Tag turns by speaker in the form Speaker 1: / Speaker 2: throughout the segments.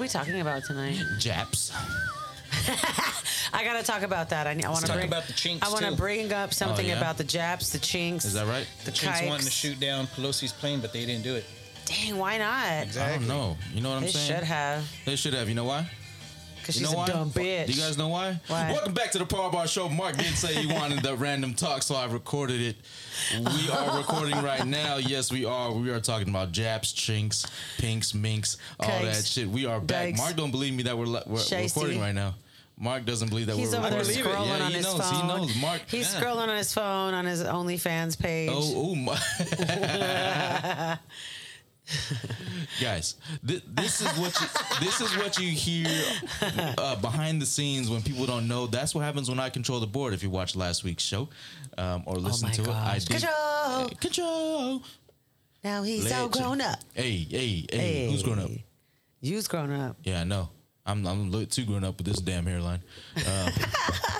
Speaker 1: we talking about tonight?
Speaker 2: Japs.
Speaker 1: I gotta talk about that. I, I want to
Speaker 3: talk
Speaker 1: bring
Speaker 3: about the chinks,
Speaker 1: I want to
Speaker 3: too.
Speaker 1: bring up something
Speaker 2: Oh, yeah?
Speaker 1: about the Japs, the Chinks.
Speaker 2: Is that right?
Speaker 1: The
Speaker 3: Chinks wanting to
Speaker 1: Kikes.
Speaker 3: shoot down Pelosi's plane, but they didn't do it.
Speaker 1: Dang, why not?
Speaker 2: I don't know. You know what I'm
Speaker 1: They
Speaker 2: saying?
Speaker 1: should have,
Speaker 2: They should have. You know why?
Speaker 1: because
Speaker 2: You
Speaker 1: she's
Speaker 2: know
Speaker 1: a
Speaker 2: why?
Speaker 1: dumb bitch.
Speaker 2: Do you guys know why?
Speaker 1: Why?
Speaker 2: Welcome back to the Paul Bar Show. Mark did say he wanted the random talk, so I recorded it. We are recording right now. Yes, we are. We are talking about Japs, Chinks, Pinks, Minks, all that
Speaker 1: Kikes.
Speaker 2: shit. We are back.
Speaker 1: Dykes.
Speaker 2: Mark don't believe me that we're, li- we're
Speaker 1: Shiesty.
Speaker 2: recording right now. Mark doesn't believe that
Speaker 1: He's
Speaker 2: we're
Speaker 1: over there
Speaker 2: recording.
Speaker 1: scrolling
Speaker 2: yeah,
Speaker 1: on
Speaker 2: he
Speaker 1: his
Speaker 2: knows.
Speaker 1: phone.
Speaker 2: He knows. Mark.
Speaker 1: He's
Speaker 3: Yeah.
Speaker 1: scrolling on his phone on his OnlyFans page.
Speaker 2: Oh, oh my. Guys, th- this is what you, this is what you hear uh, behind the scenes when people don't know. That's what happens when I control the board. If you watched last week's show um, or listen
Speaker 1: my
Speaker 2: to it, I
Speaker 1: gosh.
Speaker 2: did
Speaker 1: Control.
Speaker 2: control.
Speaker 1: Now he's all
Speaker 2: Legend.
Speaker 1: grown up.
Speaker 2: Hey, hey, hey, Who's grown up?
Speaker 1: Hey. You's grown up.
Speaker 2: Yeah, I know. I'm I'm a little too grown up with this damn hairline. Um,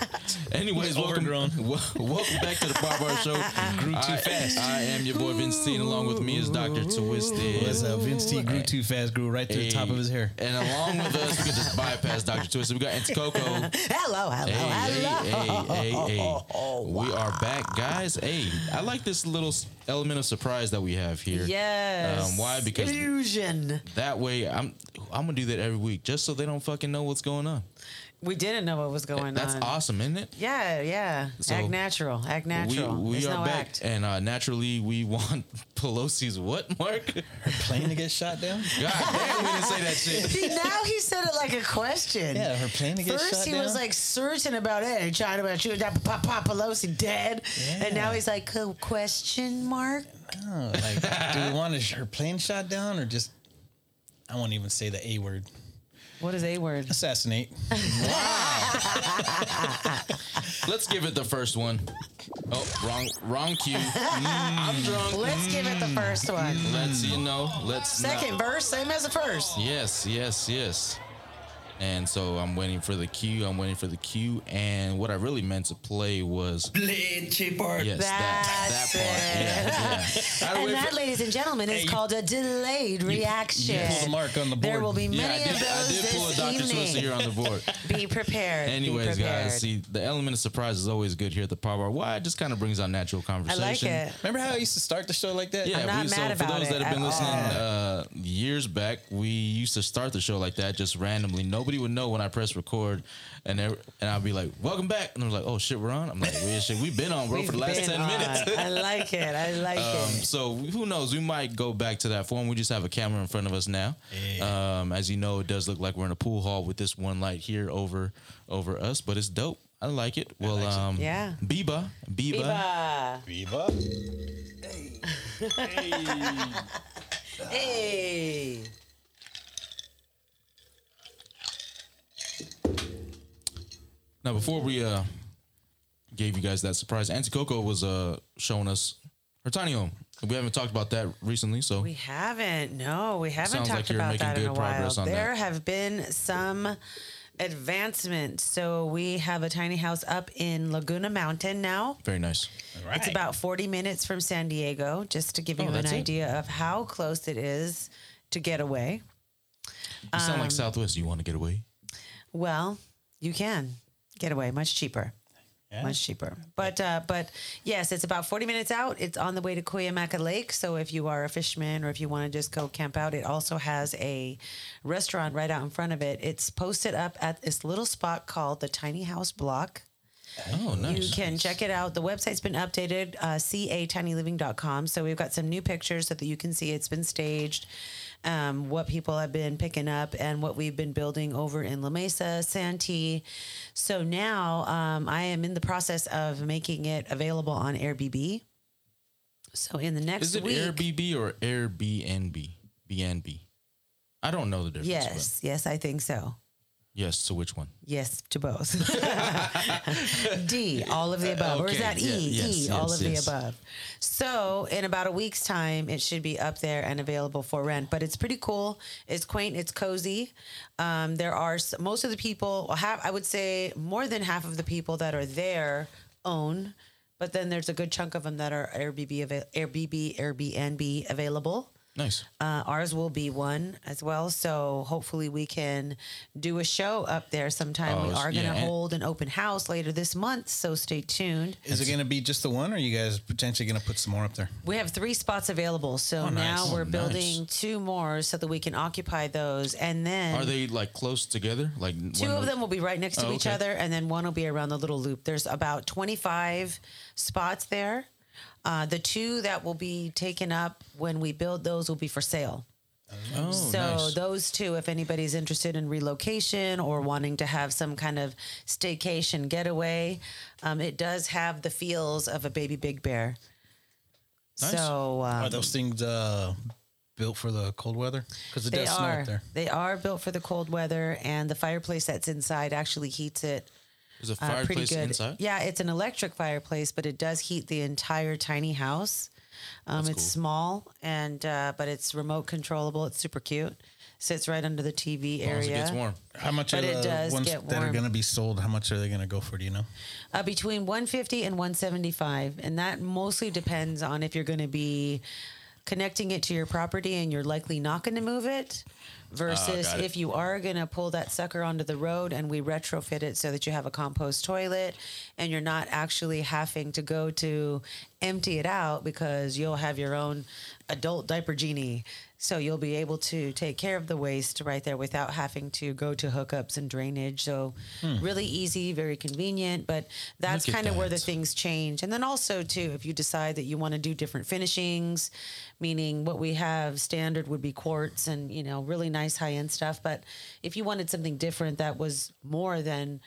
Speaker 2: anyways, welcome,
Speaker 3: Overgrown.
Speaker 2: wel- welcome back to the Bar Bar Show. Grew too I, fast. I am your boy Vince Teen. Along with me is Doctor Twisted.
Speaker 3: uh, Vince T grew too fast, grew right to
Speaker 2: And along with us, we could just bypass Dr. Twisted. We got Auntie Coco.
Speaker 1: Hello, hello,
Speaker 2: Hey, Um, hey,
Speaker 1: hello.
Speaker 2: hey, hey, hey. We are back, guys. Hey, I like this little s- element of surprise that we have here.
Speaker 1: Yes.
Speaker 2: Um, why? Because
Speaker 1: illusion.
Speaker 2: that way, I'm I'm gonna do that every week, just so they don't fucking know what's going on.
Speaker 1: We didn't know what was going
Speaker 2: That's
Speaker 1: on.
Speaker 2: awesome, isn't it?
Speaker 1: Yeah, yeah.
Speaker 2: So,
Speaker 1: act natural. Act natural.
Speaker 2: We, we
Speaker 1: There's
Speaker 2: are
Speaker 1: no
Speaker 2: back,
Speaker 1: act.
Speaker 2: and uh, naturally, we want Pelosi's what, Mark? God
Speaker 3: Plane to get shot down?
Speaker 2: damn, we didn't say that shit.
Speaker 1: See, now he said it like a question.
Speaker 3: Yeah, her plane to get
Speaker 1: First,
Speaker 3: shot
Speaker 1: he was
Speaker 3: down?
Speaker 1: like certain about it and trying about you, that Pop Pop Pelosi dead, and now he's like "Oh, question mark.
Speaker 3: Oh, like, do we want his- her plane shot down or just? I won't even say the A word.
Speaker 1: What is a word?
Speaker 3: Assassinate.
Speaker 2: Let's give it the first one. Oh, wrong, wrong cue. I'm drunk.
Speaker 1: Let's give it the
Speaker 2: Mm.
Speaker 1: first one.
Speaker 2: Let's you know. Let's
Speaker 1: Second
Speaker 2: Not.
Speaker 1: verse, same as the first.
Speaker 2: Yes, yes, yes. And so I'm waiting for the cue. I'm waiting for the cue. And what I really meant to play was yes, that
Speaker 1: That's
Speaker 2: that part. Yeah, yeah. I
Speaker 1: And
Speaker 2: wait
Speaker 1: that,
Speaker 2: for-
Speaker 1: ladies and gentlemen, is
Speaker 3: Hey, you-
Speaker 1: called a delayed reaction.
Speaker 3: pulled the mark on the
Speaker 1: There
Speaker 3: board.
Speaker 1: will be
Speaker 2: yeah,
Speaker 1: many
Speaker 2: I did,
Speaker 1: of
Speaker 2: I
Speaker 1: those
Speaker 2: did pull a
Speaker 1: this
Speaker 2: Dr. Twister
Speaker 1: evening.
Speaker 2: here on the board.
Speaker 1: Be prepared. be
Speaker 2: Anyways,
Speaker 1: prepared.
Speaker 2: guys, see, the element of surprise is always good here at the Power Hour. Why? It just kind of brings out natural
Speaker 1: I
Speaker 2: conversation.
Speaker 1: like it.
Speaker 3: Remember how I used to start the show like that?
Speaker 2: Yeah,
Speaker 1: I'm not
Speaker 2: we, so
Speaker 1: mad
Speaker 2: for
Speaker 1: about
Speaker 2: those
Speaker 1: it
Speaker 2: that have been
Speaker 1: at
Speaker 2: listening
Speaker 1: all.
Speaker 2: uh, years back, we used to start the show like that just randomly. Nobody would know when I press record, and every, and I'd be like, "Welcome back," and they're like, "Oh shit, we're on." I'm like, "Weird shit, we've been on, bro, for the last
Speaker 1: We've
Speaker 2: ten
Speaker 1: been on.
Speaker 2: minutes."
Speaker 1: I like it. I like
Speaker 2: Um,
Speaker 1: it.
Speaker 2: so who knows? We might go back to that form. We just have a camera in front of us now. Um, as you know, it does look like we're in a pool hall with this one light here over over us, but it's dope. I like it. Well, um,
Speaker 1: Yeah.
Speaker 2: Biba, Biba,
Speaker 1: Viva.
Speaker 3: Viva.
Speaker 1: Hey.
Speaker 2: Now, before we uh gave you guys that surprise, Auntie Coco was uh showing us her tiny home. We haven't talked about that recently, so
Speaker 1: We haven't. No, we haven't
Speaker 2: Sounds like
Speaker 1: talked
Speaker 2: you're
Speaker 1: about
Speaker 2: making
Speaker 1: that in
Speaker 2: good
Speaker 1: a while.
Speaker 2: progress on
Speaker 1: There
Speaker 2: that.
Speaker 1: have been some advancements. So we have a tiny house up in Laguna Mountain now.
Speaker 2: very nice.
Speaker 3: All right.
Speaker 1: It's about 40 minutes from San Diego, just to give you an
Speaker 2: Oh, that's it?
Speaker 1: idea of how close it is to get away.
Speaker 2: You sound
Speaker 1: Um,
Speaker 2: like Southwest. You want to get away?
Speaker 1: Well, you can get away much cheaper. Much cheaper, but uh, but yes, it's about forty minutes out. It's on the way to Cuyamaca Lake. So if you are a fisherman or if you want to just go camp out, it also has a restaurant right out in front of it. It's posted up at this little spot called the Tiny House Block.
Speaker 2: Oh,
Speaker 1: You
Speaker 2: nice.
Speaker 1: can check it out. The website's been updated, uh, catinyliving.com. So we've got some new pictures so that you can see it's been staged, um, what people have been picking up, and what we've been building over in La Mesa, Santee. So now um, I am in the process of making it available on Airbnb. So in the next
Speaker 2: Is it
Speaker 1: week.
Speaker 2: Airbnb or Airbnb? BNB. I don't know the difference.
Speaker 1: Yes, yes, I think so.
Speaker 2: but yes. To which one?
Speaker 1: Yes to both. D, all of the above. or is
Speaker 2: Uh, okay,
Speaker 1: that E?
Speaker 2: yeah, yes,
Speaker 1: e, all
Speaker 2: yes,
Speaker 1: of
Speaker 2: yes.
Speaker 1: the above. So, in about a week's time, it should be up there and available for rent. But it's pretty cool. It's quaint. It's cozy. Um, there are s- most of the people, well, half, I would say more than half of the people that are there own, but then there's a good chunk of them that are Airbnb, avail- Airbnb, Airbnb available.
Speaker 2: Nice.
Speaker 1: Uh, ours will be one as well. So hopefully we can do a show up there sometime. we
Speaker 2: Oh,
Speaker 1: are going to
Speaker 2: yeah.
Speaker 1: hold an open house later this month. So stay tuned.
Speaker 3: Is it going to be just the one, or you guys potentially going to put some more up there?
Speaker 1: We have three spots available. So
Speaker 3: Oh, nice.
Speaker 1: now
Speaker 3: Oh,
Speaker 1: we're
Speaker 2: nice.
Speaker 1: building two more so that we can occupy those. And then.
Speaker 2: Are they like close together? Like
Speaker 1: Um, Two of them will be right next to
Speaker 2: Oh,
Speaker 1: each
Speaker 2: okay.
Speaker 1: other, and then one will be around the little loop. There's about 25 spots there. Uh, the two that will be taken up when we build those will be for sale.
Speaker 2: Oh,
Speaker 1: so
Speaker 2: nice.
Speaker 1: those two, if anybody's interested in relocation or wanting to have some kind of staycation getaway, um, it does have the feels of a baby Big Bear.
Speaker 2: Nice. Oh,
Speaker 1: So um,
Speaker 3: Are those things uh, built for the cold weather? Because it
Speaker 1: they
Speaker 3: does snow
Speaker 1: are
Speaker 3: up there.
Speaker 1: they are built for the cold weather, and the fireplace that's inside actually heats it
Speaker 2: There's a
Speaker 1: uh, pretty
Speaker 2: fireplace
Speaker 1: good.
Speaker 2: inside.
Speaker 1: Yeah, it's an electric fireplace, but it does heat the entire tiny house. Um, it's
Speaker 2: cool.
Speaker 1: small and uh, but it's remote controllable. It's super cute. Sits right under the TV
Speaker 2: As long as
Speaker 1: area.
Speaker 2: Oh, it gets warm.
Speaker 3: How much
Speaker 1: But
Speaker 3: are
Speaker 1: it
Speaker 3: the
Speaker 1: does
Speaker 3: ones
Speaker 1: get
Speaker 3: that are
Speaker 1: warm.
Speaker 3: going to be sold? How much are they going to go for? Do you know?
Speaker 1: Uh, between 150 and 175, and that mostly depends on if you're going to be connecting it to your property and you're likely not going to move it versus
Speaker 2: got it.
Speaker 1: if you are going to pull that sucker onto the road and we retrofit it so that you have a compost toilet and you're not actually having to go to empty it out because you'll have your own adult diaper genie so you'll be able to take care of the waste right there without having to go to hookups and drainage so
Speaker 2: Hmm.
Speaker 1: really easy very convenient but that's
Speaker 2: Look at
Speaker 1: kind of where the
Speaker 2: that.
Speaker 1: things change. And then also too, if you decide that you want to do different finishings, meaning what we have standard would be quartz and you know really nice high end stuff. But if you wanted something different that was more than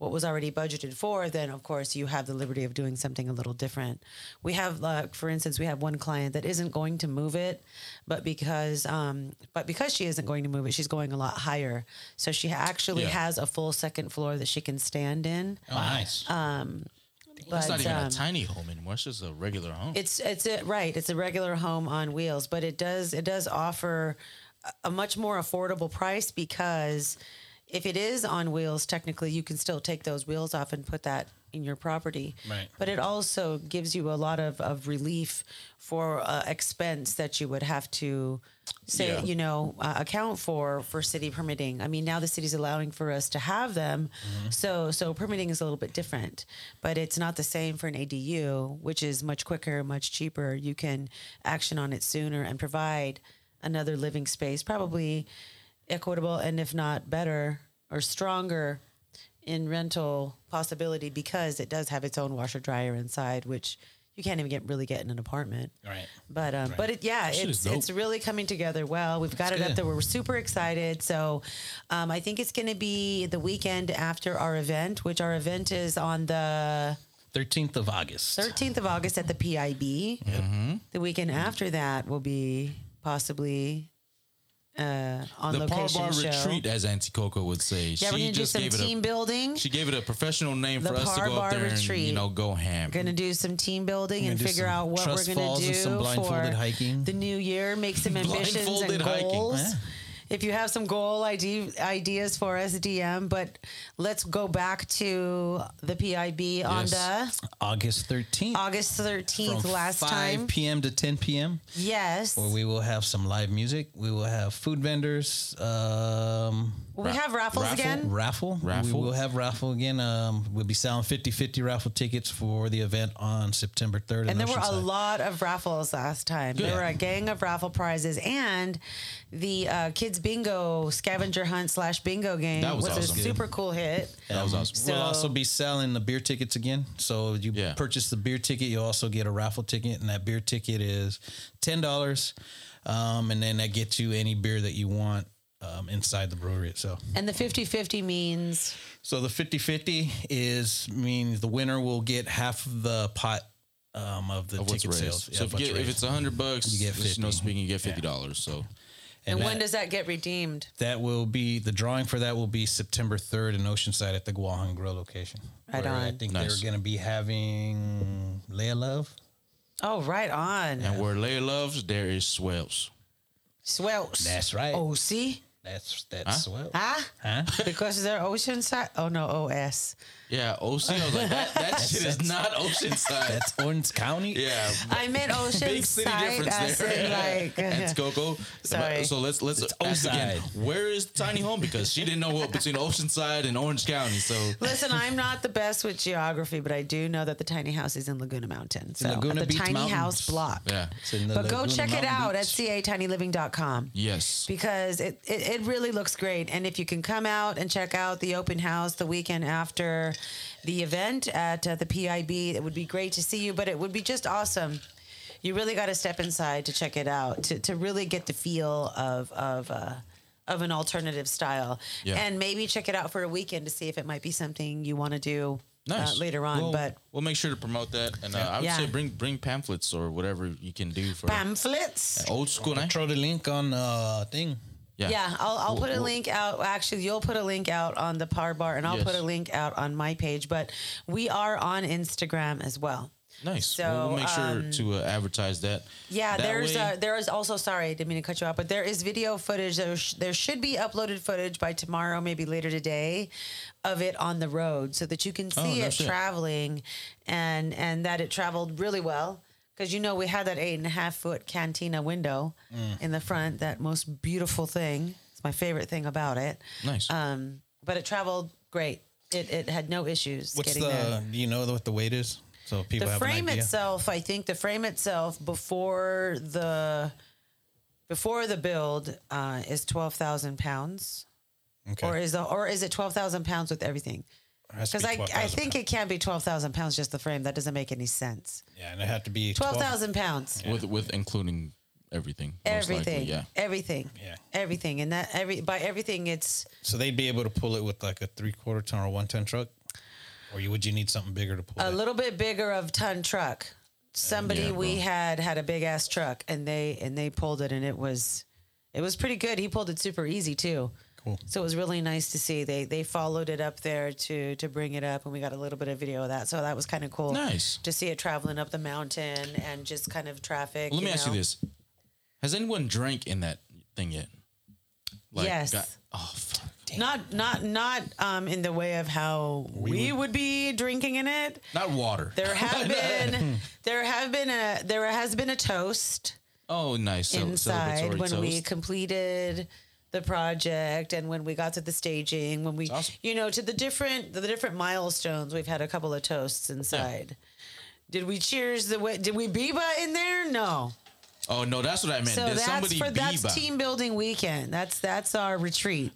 Speaker 1: what was already budgeted for, then of course you have the liberty of doing something a little different. We have, like, for instance, we have one client that isn't going to move it, but because, um, but because she isn't going to move it, she's going a lot higher. So she actually
Speaker 2: Yeah.
Speaker 1: has a full second floor that she can stand in.
Speaker 3: Oh, nice.
Speaker 1: But
Speaker 2: it's not even
Speaker 1: um,
Speaker 2: a tiny home anymore. It's just a regular home.
Speaker 1: it's it's a, right. It's a regular home on wheels, but it does it does offer a- a much more affordable price because if it is on wheels, technically you can still take those wheels off and put that in your property.
Speaker 3: Right.
Speaker 1: But it also gives you a lot of, of relief for uh, expense that you would have to say
Speaker 2: Yeah.
Speaker 1: you know uh, account for for city permitting. I mean now the city's allowing for us to have them, so so permitting is a little bit different, but it's not the same for an ADU, which is much quicker, much cheaper. You can action on it sooner and provide another living space, probably equitable and if not better or stronger in rental possibility because it does have its own washer dryer inside, which you can't even get really get in an apartment.
Speaker 3: Right.
Speaker 1: But um, but it, yeah,
Speaker 2: shit
Speaker 1: it's
Speaker 2: is dope.
Speaker 1: it's really coming together well. We've got it up
Speaker 3: good.
Speaker 1: there. We're super excited. So um, I think it's going to be the weekend after our event, which our event is on the
Speaker 3: 13th of August.
Speaker 1: 13th of August at the PIB.
Speaker 2: Mm-hmm.
Speaker 1: The weekend after that will be possibly uh, on
Speaker 2: the Par
Speaker 1: location
Speaker 2: Bar
Speaker 1: show.
Speaker 2: Retreat, as Auntie Coco would say.
Speaker 1: Yeah, we're
Speaker 2: she
Speaker 1: gonna do
Speaker 2: just
Speaker 1: some
Speaker 2: gave it
Speaker 1: team
Speaker 2: a
Speaker 1: building.
Speaker 2: she gave it a professional name
Speaker 1: The
Speaker 2: for us to
Speaker 1: Par
Speaker 2: go
Speaker 1: Bar
Speaker 2: up there and
Speaker 1: Retreat.
Speaker 2: you know go ham.
Speaker 1: Gonna do some team building and
Speaker 3: do
Speaker 1: figure
Speaker 3: some
Speaker 1: out what we're
Speaker 3: trust
Speaker 1: gonna
Speaker 3: falls
Speaker 1: do
Speaker 3: and some
Speaker 1: for
Speaker 3: blindfolded hiking.
Speaker 1: the new year. Make some ambitions and
Speaker 2: Blindfolded hiking.
Speaker 1: goals.
Speaker 3: Yeah.
Speaker 1: If you have some goal ID, ideas for us, DM. But let's go back to the PIB on
Speaker 2: Yes.
Speaker 1: the
Speaker 3: August 13th.
Speaker 1: August thirteenth
Speaker 3: from
Speaker 1: last
Speaker 3: 5
Speaker 1: time.
Speaker 3: p.m. to 10 p.m.
Speaker 1: yes,
Speaker 3: where we will have some live music. We will have food vendors. Um,
Speaker 1: Will we have raffles
Speaker 2: Raffle?
Speaker 1: again.
Speaker 3: raffle. We
Speaker 2: Raffle.
Speaker 3: will have raffle again. Um, we'll be selling 50 50 raffle tickets for the event on September 3rd.
Speaker 1: And there were a
Speaker 3: Oceanside.
Speaker 1: lot of raffles last time. There
Speaker 3: Good.
Speaker 1: were a gang of raffle prizes, and the uh, kids bingo scavenger hunt slash bingo game
Speaker 2: That was
Speaker 1: a
Speaker 2: awesome.
Speaker 1: super cool hit.
Speaker 2: That was awesome.
Speaker 1: So-
Speaker 3: we'll also be selling the beer tickets again. So you
Speaker 2: Yeah.
Speaker 3: purchase the beer ticket, you also get a raffle ticket, and that beer ticket is ten dollars, um, and then that gets you any beer that you want um, inside the brewery itself.
Speaker 1: And the 50-50 means
Speaker 3: So the 50-50 is means the winner will get half of the pot um, of the
Speaker 2: Of what's
Speaker 3: ticket
Speaker 2: raised.
Speaker 3: sales. Yeah,
Speaker 2: so if, you
Speaker 3: what's
Speaker 2: get, if
Speaker 3: raised.
Speaker 2: it's a hundred bucks,
Speaker 3: You
Speaker 2: you
Speaker 3: get
Speaker 2: get 50. no
Speaker 3: 50.
Speaker 2: speaking, you get fifty dollars. So
Speaker 1: And,
Speaker 3: that,
Speaker 1: when does that get redeemed?
Speaker 3: that will be the drawing for that will be September 3rd in Oceanside at the Guahan Grill location.
Speaker 1: Right
Speaker 3: where I
Speaker 1: on.
Speaker 3: think
Speaker 2: Nice.
Speaker 3: they're going to be having Leia Love.
Speaker 1: Oh, right on.
Speaker 2: and where Leia loves, there is swells.
Speaker 1: Swells.
Speaker 3: That's right.
Speaker 1: Oh, see?
Speaker 3: That's that's
Speaker 2: Huh?
Speaker 3: swell.
Speaker 1: Ah,
Speaker 3: Huh?
Speaker 1: because they're oceanside. Oh no, OS.
Speaker 2: Yeah, OC. I was like, that, that shit is not Oceanside.
Speaker 3: That's Orange County.
Speaker 2: Yeah,
Speaker 1: I meant
Speaker 2: big city
Speaker 1: oceanside.
Speaker 2: difference
Speaker 1: as in
Speaker 2: there.
Speaker 1: like
Speaker 2: and Coco.
Speaker 1: Sorry.
Speaker 2: So let's let's
Speaker 3: It's
Speaker 2: ask again.
Speaker 3: Oceanside.
Speaker 2: Where is tiny home? Because she didn't know what between Oceanside and Orange County. So
Speaker 1: Listen, I'm not the best with geography, but I do know that the tiny house is in Laguna Mountain. So
Speaker 3: Laguna
Speaker 1: the
Speaker 3: Beach
Speaker 1: tiny
Speaker 3: Mountains.
Speaker 1: house block.
Speaker 2: yeah,
Speaker 3: It's in the
Speaker 1: But go
Speaker 3: Laguna
Speaker 1: check it
Speaker 3: Mountain
Speaker 1: out
Speaker 3: Beach.
Speaker 1: at cathinyliving.com.
Speaker 2: yes,
Speaker 1: because it, it, it really looks great. And if you can come out and check out the open house the weekend after the event at uh, the PIB, it would be great to see you, but it would be just awesome. You really got to step inside to check it out to, to really get the feel of, of, uh, of an alternative style.
Speaker 2: Yeah.
Speaker 1: And maybe check it out for a weekend to see if it might be something you want to do
Speaker 2: nice.
Speaker 1: uh, later on.
Speaker 2: We'll-
Speaker 1: but
Speaker 2: we'll make sure to promote that. And uh, I would
Speaker 1: Yeah.
Speaker 2: say bring bring pamphlets or whatever you can do for
Speaker 1: pamphlets.
Speaker 2: old school night.
Speaker 3: Throw the link on uh thing.
Speaker 1: Yeah, I'll, I'll
Speaker 2: We'll-
Speaker 1: put a
Speaker 2: we'll-
Speaker 1: link out. Actually, you'll put a link out on the Par Bar, and I'll
Speaker 2: Yes.
Speaker 1: put a link out on my page. But we are on Instagram as well.
Speaker 2: Nice.
Speaker 1: So, um,
Speaker 2: we'll, we'll make sure to uh, advertise that.
Speaker 1: Yeah,
Speaker 2: That
Speaker 1: there's
Speaker 2: way-
Speaker 1: uh, there is also sorry, didn't mean to cut you off, but there is video footage. There sh- there should be uploaded footage by tomorrow, maybe later today, of it on the road, so that you can
Speaker 2: Oh,
Speaker 1: see
Speaker 2: no
Speaker 1: it
Speaker 2: shit.
Speaker 1: traveling, and and that it traveled really well. Because you know we had that eight and a half foot cantina window
Speaker 2: Mm.
Speaker 1: in the front, that most beautiful thing. It's my favorite thing about it.
Speaker 2: nice.
Speaker 1: Um, but it traveled great. It, it had no issues
Speaker 3: What's
Speaker 1: getting
Speaker 3: the
Speaker 1: there.
Speaker 3: do you know what the weight is? So people
Speaker 1: The
Speaker 3: have
Speaker 1: frame
Speaker 3: an idea.
Speaker 1: itself, I think the frame itself before the before the build uh, is twelve thousand pounds,
Speaker 3: Okay.
Speaker 1: or is the or is it twelve thousand pounds with everything?
Speaker 3: Has to
Speaker 1: Because
Speaker 3: be
Speaker 1: I I
Speaker 3: 12,000
Speaker 1: think it can be twelve thousand pounds just the frame. That doesn't make any sense.
Speaker 3: pounds. Yeah, and it had to be
Speaker 1: Twelve thousand pounds.
Speaker 2: with with including everything. most likely,
Speaker 1: Everything,
Speaker 2: yeah.
Speaker 1: everything,
Speaker 3: Yeah.
Speaker 1: everything, and that every by everything, it's
Speaker 3: So they'd be able to pull it with like a three quarter ton or one ton truck, or you would you need something bigger to pull
Speaker 1: a
Speaker 3: it?
Speaker 1: little bit bigger of ton truck. Somebody
Speaker 2: Yeah,
Speaker 1: we
Speaker 2: bro.
Speaker 1: had had a big ass truck, and they and they pulled it, and it was it was pretty good. He pulled it super easy too.
Speaker 3: Cool.
Speaker 1: So it was really nice to see. They they followed it up there to to bring it up, and we got a little bit of video of that. So that was kind of cool.
Speaker 2: Nice.
Speaker 1: to see it traveling up the mountain and just kind of traffic.
Speaker 2: Let me ask
Speaker 1: know.
Speaker 2: you this: Has anyone drank in that thing yet?
Speaker 1: Yes.
Speaker 2: oh fuck.
Speaker 1: Not not not um, in the way of how we, would be drinking in it.
Speaker 2: Not water.
Speaker 1: There have been there have been a there has been a toast.
Speaker 2: oh, nice. Cel-
Speaker 1: inside
Speaker 2: celebratory
Speaker 1: when we
Speaker 2: toast.
Speaker 1: completed the project and when we got to the staging when we
Speaker 2: Awesome.
Speaker 1: you know to the different the different milestones we've had a couple of toasts inside did we cheers the way did we biba in there no
Speaker 2: Oh no, that's what I meant.
Speaker 1: so
Speaker 2: Did
Speaker 1: that's
Speaker 2: somebody
Speaker 1: for that's
Speaker 2: Biba?
Speaker 1: team building weekend that's that's our retreat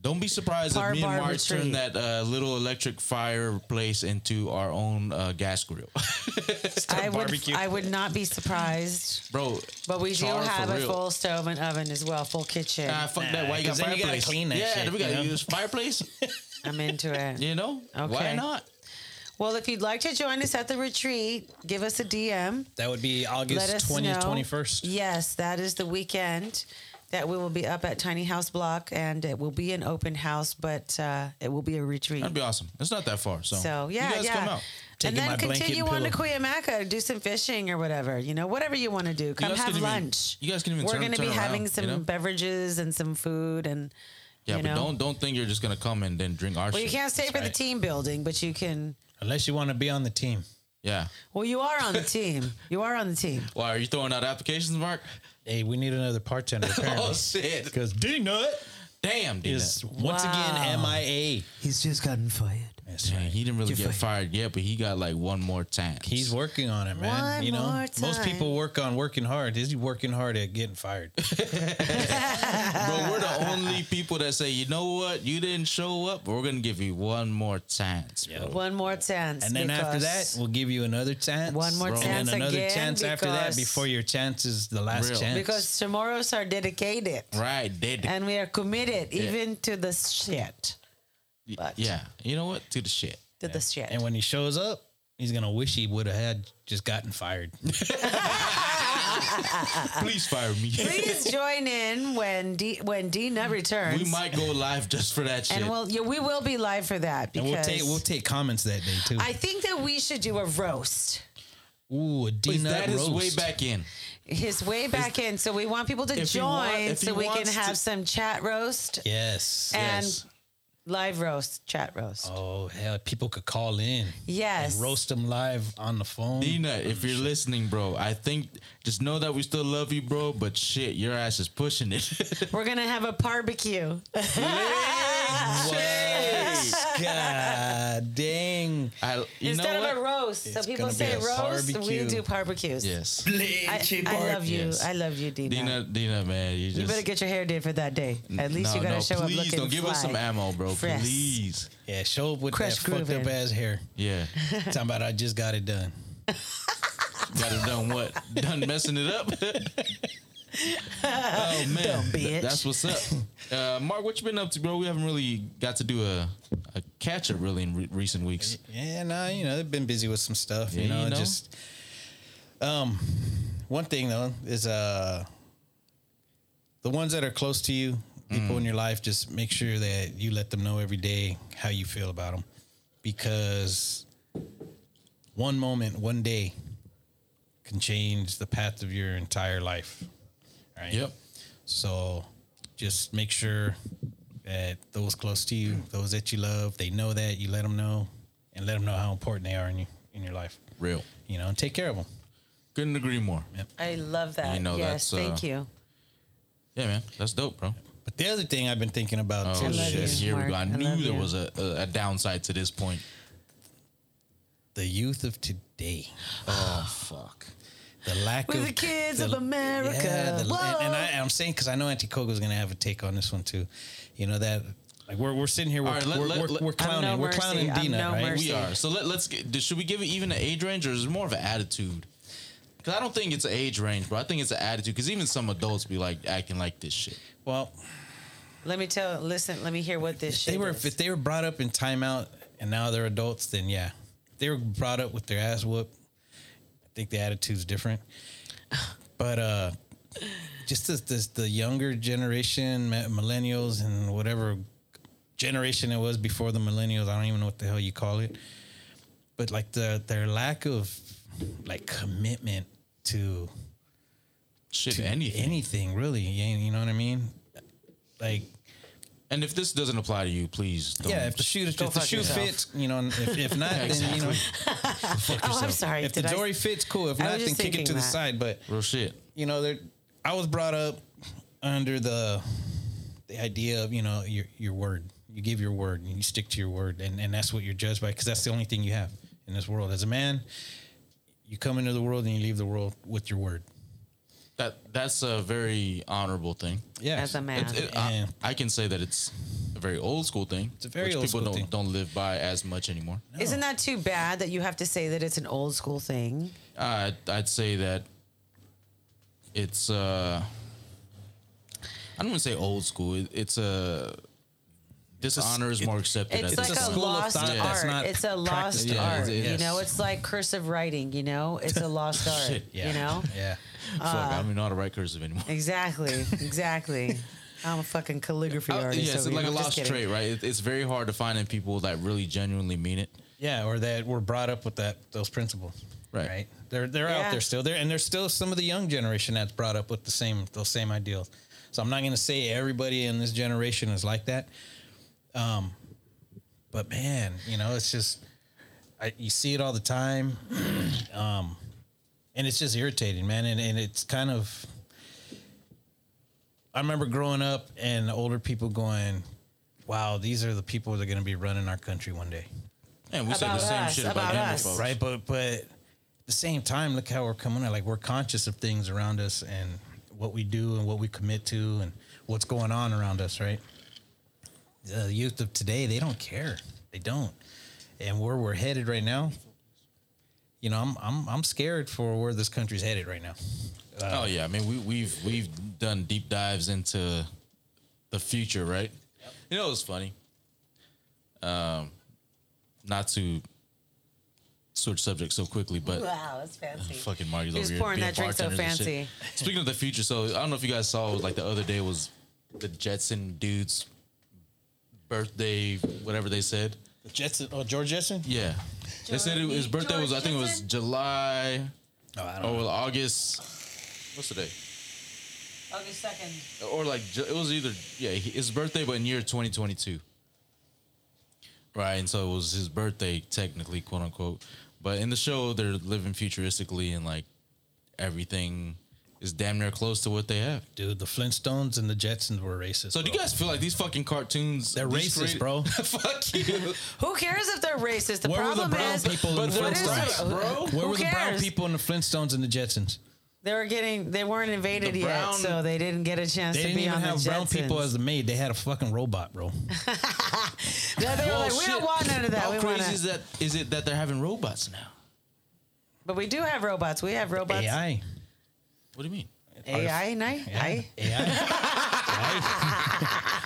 Speaker 2: Don't be surprised if
Speaker 1: Bar
Speaker 2: me and
Speaker 1: Bar
Speaker 2: Mark
Speaker 1: Retreat.
Speaker 2: turn that uh, little electric fireplace into our own uh, gas grill,
Speaker 1: i
Speaker 3: barbecue.
Speaker 1: would i would not be surprised
Speaker 2: bro.
Speaker 1: but we do
Speaker 2: char for
Speaker 1: have a
Speaker 2: real. Ah.
Speaker 1: full stove and oven as well full kitchen
Speaker 2: Nah, fuck that.
Speaker 3: Nah,
Speaker 2: Why you got
Speaker 3: 'cause then you
Speaker 2: fireplace?
Speaker 3: gotta clean that
Speaker 2: yeah,
Speaker 3: shit,
Speaker 2: then we gotta
Speaker 3: you know?
Speaker 2: use fireplace.
Speaker 1: i'm into it
Speaker 2: You know why
Speaker 1: Okay.
Speaker 2: not?
Speaker 1: well if you'd like to join us at the retreat give us a dm
Speaker 3: That would be
Speaker 1: Let
Speaker 3: August
Speaker 1: us
Speaker 3: twentieth,
Speaker 1: know.
Speaker 3: twenty first.
Speaker 1: Yes, that is the weekend that we will be up at Tiny House Block, and it will be an open house, but uh, it will be a retreat.
Speaker 2: That'd be awesome. It's not that far, so
Speaker 1: So yeah,
Speaker 2: you guys
Speaker 1: yeah.
Speaker 2: come out.
Speaker 3: Taking
Speaker 1: and then
Speaker 3: my blanket
Speaker 1: continue
Speaker 3: and
Speaker 1: on to
Speaker 3: pillow.
Speaker 1: Cuyamaca, do some fishing or whatever. You know, whatever you want to do. Come
Speaker 2: guys can
Speaker 1: have
Speaker 2: even-
Speaker 1: lunch.
Speaker 2: you guys can even
Speaker 1: We're
Speaker 2: turn-
Speaker 1: gonna
Speaker 2: turn
Speaker 1: be having
Speaker 2: around,
Speaker 1: some
Speaker 2: you know?
Speaker 1: beverages and some food, and
Speaker 2: Yeah,
Speaker 1: you
Speaker 2: but
Speaker 1: know,
Speaker 2: don't don't think you're just gonna come and then drink our
Speaker 1: well,
Speaker 2: shit.
Speaker 1: you can't stay for the
Speaker 3: right.
Speaker 1: team building, but you can.
Speaker 3: Unless you want to be on the team.
Speaker 2: Yeah.
Speaker 1: Well, you are on the team. You are on the team.
Speaker 2: Why are you throwing out applications, Mark?
Speaker 3: Hey, we need another bartender
Speaker 2: Oh
Speaker 3: apparently.
Speaker 2: shit!
Speaker 3: Because D Nut
Speaker 2: Damn, dude.
Speaker 3: is once again MIA.
Speaker 1: He's just gotten fired.
Speaker 3: That's
Speaker 2: Yeah,
Speaker 3: right.
Speaker 2: he didn't really
Speaker 1: You're
Speaker 2: get fired yet, but he got like one more time.
Speaker 3: He's working on it, man.
Speaker 1: One
Speaker 3: you know,
Speaker 1: more
Speaker 3: most people
Speaker 1: time.
Speaker 3: work on working hard. Is he working hard at getting fired?
Speaker 2: bro. We're the only people that say, you know what, you didn't show up. We're gonna give you one more chance, bro.
Speaker 1: One more chance.
Speaker 3: And then after
Speaker 1: because-
Speaker 3: that, we'll give you another chance.
Speaker 1: One more Bro.
Speaker 3: And
Speaker 1: chance
Speaker 3: then another
Speaker 1: again
Speaker 3: chance after that
Speaker 1: because-
Speaker 3: before your chance is the last
Speaker 2: Real.
Speaker 3: chance.
Speaker 1: because tomorrows are dedicated
Speaker 2: Right? Dead.
Speaker 1: and we are committed even to the shit but
Speaker 2: yeah. You know what? To the shit.
Speaker 1: to the shit
Speaker 3: and when he shows up, he's gonna wish he would have had just gotten fired.
Speaker 2: Please fire me.
Speaker 1: Uh, please join in when d when d nut returns
Speaker 2: we might go live just for that shit.
Speaker 1: and we'll yeah, we will be live for that
Speaker 3: and
Speaker 1: because
Speaker 3: we'll take we'll take comments that day too.
Speaker 1: i think that we should do a roast
Speaker 3: Ooh, a D
Speaker 2: Please,
Speaker 3: nut
Speaker 2: that is
Speaker 3: roast.
Speaker 2: way back in.
Speaker 1: his way back in. So we want people to
Speaker 2: If you
Speaker 1: join
Speaker 2: want- if
Speaker 1: so
Speaker 2: he
Speaker 1: we can
Speaker 2: wants
Speaker 1: have
Speaker 2: to-
Speaker 1: some chat roast,
Speaker 3: Yes.
Speaker 1: And-
Speaker 3: yes.
Speaker 1: live roast, chat roast.
Speaker 3: Oh hell, people could call in.
Speaker 1: Yes.
Speaker 3: And roast them live on the phone.
Speaker 2: Nina, if you're listening, bro, I think just know that we still love you, bro. But shit, your ass is pushing it.
Speaker 1: We're going to have a barbecue.
Speaker 3: What? God dang.
Speaker 2: I, you
Speaker 1: Instead
Speaker 2: know
Speaker 1: of
Speaker 2: what?
Speaker 1: a roast. So
Speaker 3: It's
Speaker 1: people
Speaker 3: gonna be
Speaker 1: say
Speaker 3: a
Speaker 1: roast, we
Speaker 3: barbecue.
Speaker 1: do barbecues.
Speaker 2: yes,
Speaker 1: I, I love you.
Speaker 2: Yes.
Speaker 1: I love you, Dina.
Speaker 2: Dina, Dina, man, you just
Speaker 1: you better get your hair did for that day. At least
Speaker 2: No,
Speaker 1: you got to
Speaker 2: no,
Speaker 1: show up
Speaker 2: Please
Speaker 1: looking
Speaker 2: don't give us
Speaker 1: fly.
Speaker 2: some ammo, bro.
Speaker 1: Fresh.
Speaker 2: Please,
Speaker 3: Yeah, show up with
Speaker 1: Crush
Speaker 3: that fucked up
Speaker 1: grooving.
Speaker 3: ass hair.
Speaker 2: yeah.
Speaker 3: Talking about I just got it done.
Speaker 2: Got it done what? Done messing it up. oh man,
Speaker 1: Dumb
Speaker 2: Th-
Speaker 1: bitch.
Speaker 2: that's what's up. Uh, Mark, what you been up to, bro? We haven't really got to do a, a catch up really in re- recent weeks.
Speaker 3: Yeah, nah, you know, they've been busy with some stuff.
Speaker 2: Yeah,
Speaker 3: you know,
Speaker 2: you know.
Speaker 3: just um one thing though is uh the ones that are close to you, people in your life, just make sure that you let them know every day how you feel about them. Because one moment, one day can change the path of your entire life. Right?
Speaker 2: Yep.
Speaker 3: So just make sure that those close to you, those that you love, they know that you let them know and let them know how important they are in you in your life.
Speaker 2: Real.
Speaker 3: You know, and take care of them.
Speaker 2: Couldn't agree more.
Speaker 1: I love that.
Speaker 2: You know,
Speaker 1: yes,
Speaker 2: that's, uh,
Speaker 1: thank you.
Speaker 2: Yeah, man. That's dope, bro.
Speaker 3: But the other thing I've been thinking about
Speaker 2: Oh,
Speaker 3: too
Speaker 1: love
Speaker 2: shit.
Speaker 3: is
Speaker 1: you,
Speaker 2: Here we go. I
Speaker 1: Mark. I
Speaker 2: knew
Speaker 1: love
Speaker 2: there
Speaker 1: you.
Speaker 2: was a, a, a downside to this point.
Speaker 3: the youth of today,
Speaker 1: Ah,
Speaker 2: Oh, fuck.
Speaker 3: the lack
Speaker 1: We're
Speaker 3: of
Speaker 1: the kids of America.
Speaker 3: Yeah, the, and, and
Speaker 1: Whoa.
Speaker 3: I, and I'm saying because I know Auntie Koko's going to have a take on this one too. You know that like we're we're sitting here we're
Speaker 2: All right, let-
Speaker 3: we're,
Speaker 2: let-
Speaker 3: we're,
Speaker 2: let-
Speaker 3: we're
Speaker 2: I'm
Speaker 3: clowning
Speaker 1: no
Speaker 3: we're
Speaker 1: mercy.
Speaker 3: clowning
Speaker 1: I'm
Speaker 3: Dina
Speaker 1: no
Speaker 3: right.
Speaker 1: mercy.
Speaker 2: We are. So let, let's get. Should we give it even an age range or is it more of an attitude? Because I don't think it's an age range, bro. I think it's an attitude. Because even some adults be like acting like this shit.
Speaker 3: Well,
Speaker 1: Let me tell, listen, let me hear what this shit
Speaker 3: they were
Speaker 1: is.
Speaker 3: if they were brought up in timeout and now they're adults, then yeah, If they were brought up with their ass whooped. I think the attitude's different, but uh, just this, this the younger generation, mi- millennials, and whatever generation it was before the millennials. I don't even know what the hell you call it, but like the their lack of like commitment to
Speaker 2: Shit, anything.
Speaker 3: anything really. You you know what I mean? Like
Speaker 2: and if this doesn't apply to you, please don't.
Speaker 3: Yeah, if the shoe if
Speaker 1: Go
Speaker 3: the
Speaker 1: fuck
Speaker 3: shoe
Speaker 1: yourself.
Speaker 3: fits, you know, and if, if not, then you know,
Speaker 1: oh, I'm sorry.
Speaker 3: if the
Speaker 1: Did I-
Speaker 3: dory fits, cool. If
Speaker 1: I was
Speaker 3: not, then
Speaker 1: just
Speaker 3: kick it
Speaker 1: thinking
Speaker 3: to the
Speaker 1: that.
Speaker 3: side. But
Speaker 2: real shit.
Speaker 3: you know, there, I was brought up under the the idea of you know your your word. You give your word and you stick to your word, and and that's what you're judged by because that's the only thing you have in this world. As a man, you come into the world and you leave the world with your word.
Speaker 2: That that's a very honorable thing.
Speaker 3: Yeah,
Speaker 1: As a man.
Speaker 2: It's- it- I-
Speaker 3: Yeah.
Speaker 2: I, can say that it's a very old school thing. It's
Speaker 3: a very old
Speaker 2: people
Speaker 3: school
Speaker 2: don't
Speaker 3: thing.
Speaker 2: don't live by as much anymore.
Speaker 1: Isn't that too bad that you have to say that it's an old school thing?
Speaker 2: Uh, I'd say that it's uh, I don't want to say old school. It, it's a dishonor is more accepted.
Speaker 1: It's
Speaker 2: at
Speaker 1: like
Speaker 2: this
Speaker 1: a,
Speaker 2: point.
Speaker 3: school of
Speaker 1: lost
Speaker 3: thought that's
Speaker 1: art.
Speaker 3: not
Speaker 1: It's a lost
Speaker 3: practiced.
Speaker 2: Yeah,
Speaker 1: art.
Speaker 2: it
Speaker 1: You
Speaker 2: is.
Speaker 1: know, it's like cursive writing. You know, it's a lost art.
Speaker 2: Shit,
Speaker 1: You know,
Speaker 3: yeah.
Speaker 2: Fuck,
Speaker 1: uh,
Speaker 2: I don't even know how to write cursive anymore.
Speaker 1: exactly, exactly. I'm a fucking calligraphy
Speaker 2: Uh,
Speaker 1: artist.
Speaker 2: yeah, it's
Speaker 1: over
Speaker 2: like
Speaker 1: here.
Speaker 2: a
Speaker 1: I'm just
Speaker 2: lost
Speaker 1: kidding.
Speaker 2: trait, right? It, it's very hard to find in people that really genuinely mean it.
Speaker 3: Yeah, or that were brought up with that those principles.
Speaker 2: Right.
Speaker 3: Right. They're they're
Speaker 1: Yeah.
Speaker 3: out there still. There and there's still some of the young generation that's brought up with the same those same ideals. So I'm not gonna say everybody in this generation is like that. Um but man, you know, it's just I, you see it all the time. um and it's just irritating, man. And and it's kind of I remember growing up and older people going, Wow, these are the people that are gonna be running our country one day
Speaker 2: Man, we say the
Speaker 1: About
Speaker 2: same
Speaker 1: us,
Speaker 2: shit about,
Speaker 1: about
Speaker 2: younger
Speaker 1: us.
Speaker 2: folks.
Speaker 3: right? But but at the same time, look how we're coming out. Like we're conscious of things around us and what we do and what we commit to and what's going on around us, right? The youth of today, they don't care. They don't. And where we're headed right now, you know, I'm I'm I'm scared for where this country's headed right now.
Speaker 2: Oh yeah, I mean we, we've we've done deep dives into the future, right? You know, it's funny. Um, not to switch subject so quickly, but
Speaker 1: Wow, that's fancy.
Speaker 2: fucking Marty's
Speaker 1: He
Speaker 2: over
Speaker 1: was
Speaker 2: here
Speaker 1: pouring
Speaker 2: being
Speaker 1: that drink so
Speaker 2: bartenders and shit.
Speaker 1: fancy.
Speaker 2: Speaking of the future, so I don't know if you guys saw, like the other day was the Jetson dude's birthday, whatever they said.
Speaker 3: Jetson, oh George Jetson.
Speaker 2: Yeah, they said it, his
Speaker 1: George
Speaker 2: birthday was I think it was
Speaker 1: Jetson?
Speaker 2: July
Speaker 3: Oh, I don't.
Speaker 2: or
Speaker 3: know.
Speaker 2: August What's today?
Speaker 1: August second.
Speaker 2: Or like ju- it was either yeah he- his birthday, but in year 2022. Right, and so it was his birthday technically, quote unquote. But in the show, they're living futuristically and like everything is damn near close to what they have.
Speaker 3: Dude, the Flintstones and the Jetsons were racist.
Speaker 2: So do you
Speaker 3: bro.
Speaker 2: guys feel like these fucking cartoons?
Speaker 3: They're
Speaker 2: these
Speaker 3: racist,
Speaker 2: creat-
Speaker 3: bro.
Speaker 2: Fuck you.
Speaker 1: Who cares if they're racist? The
Speaker 3: Where were the
Speaker 1: problem
Speaker 3: brown
Speaker 1: is
Speaker 3: people in
Speaker 2: But
Speaker 3: the
Speaker 2: what is
Speaker 3: Flintstones?
Speaker 2: it, bro?
Speaker 3: Where
Speaker 1: Who
Speaker 3: were the brown
Speaker 1: cares?
Speaker 3: people in the Flintstones and the Jetsons?
Speaker 1: they were getting they weren't invaded
Speaker 2: The
Speaker 1: yet,
Speaker 2: brown-
Speaker 1: so they didn't get a chance
Speaker 3: They
Speaker 1: to
Speaker 3: didn't
Speaker 1: be
Speaker 3: even
Speaker 1: on
Speaker 3: have
Speaker 1: the
Speaker 3: brown
Speaker 1: Jetsons.
Speaker 3: people as the maid. They had a fucking robot, bro.
Speaker 1: No, they were
Speaker 2: Well,
Speaker 1: like, we don't
Speaker 2: shit.
Speaker 1: want none of that.
Speaker 2: How
Speaker 1: we
Speaker 2: crazy
Speaker 1: want
Speaker 2: is that? Is it that they're having robots now?
Speaker 1: But we do have robots. We have robots.
Speaker 3: AI.
Speaker 2: What do you mean?
Speaker 1: AI night.
Speaker 3: AI. AI.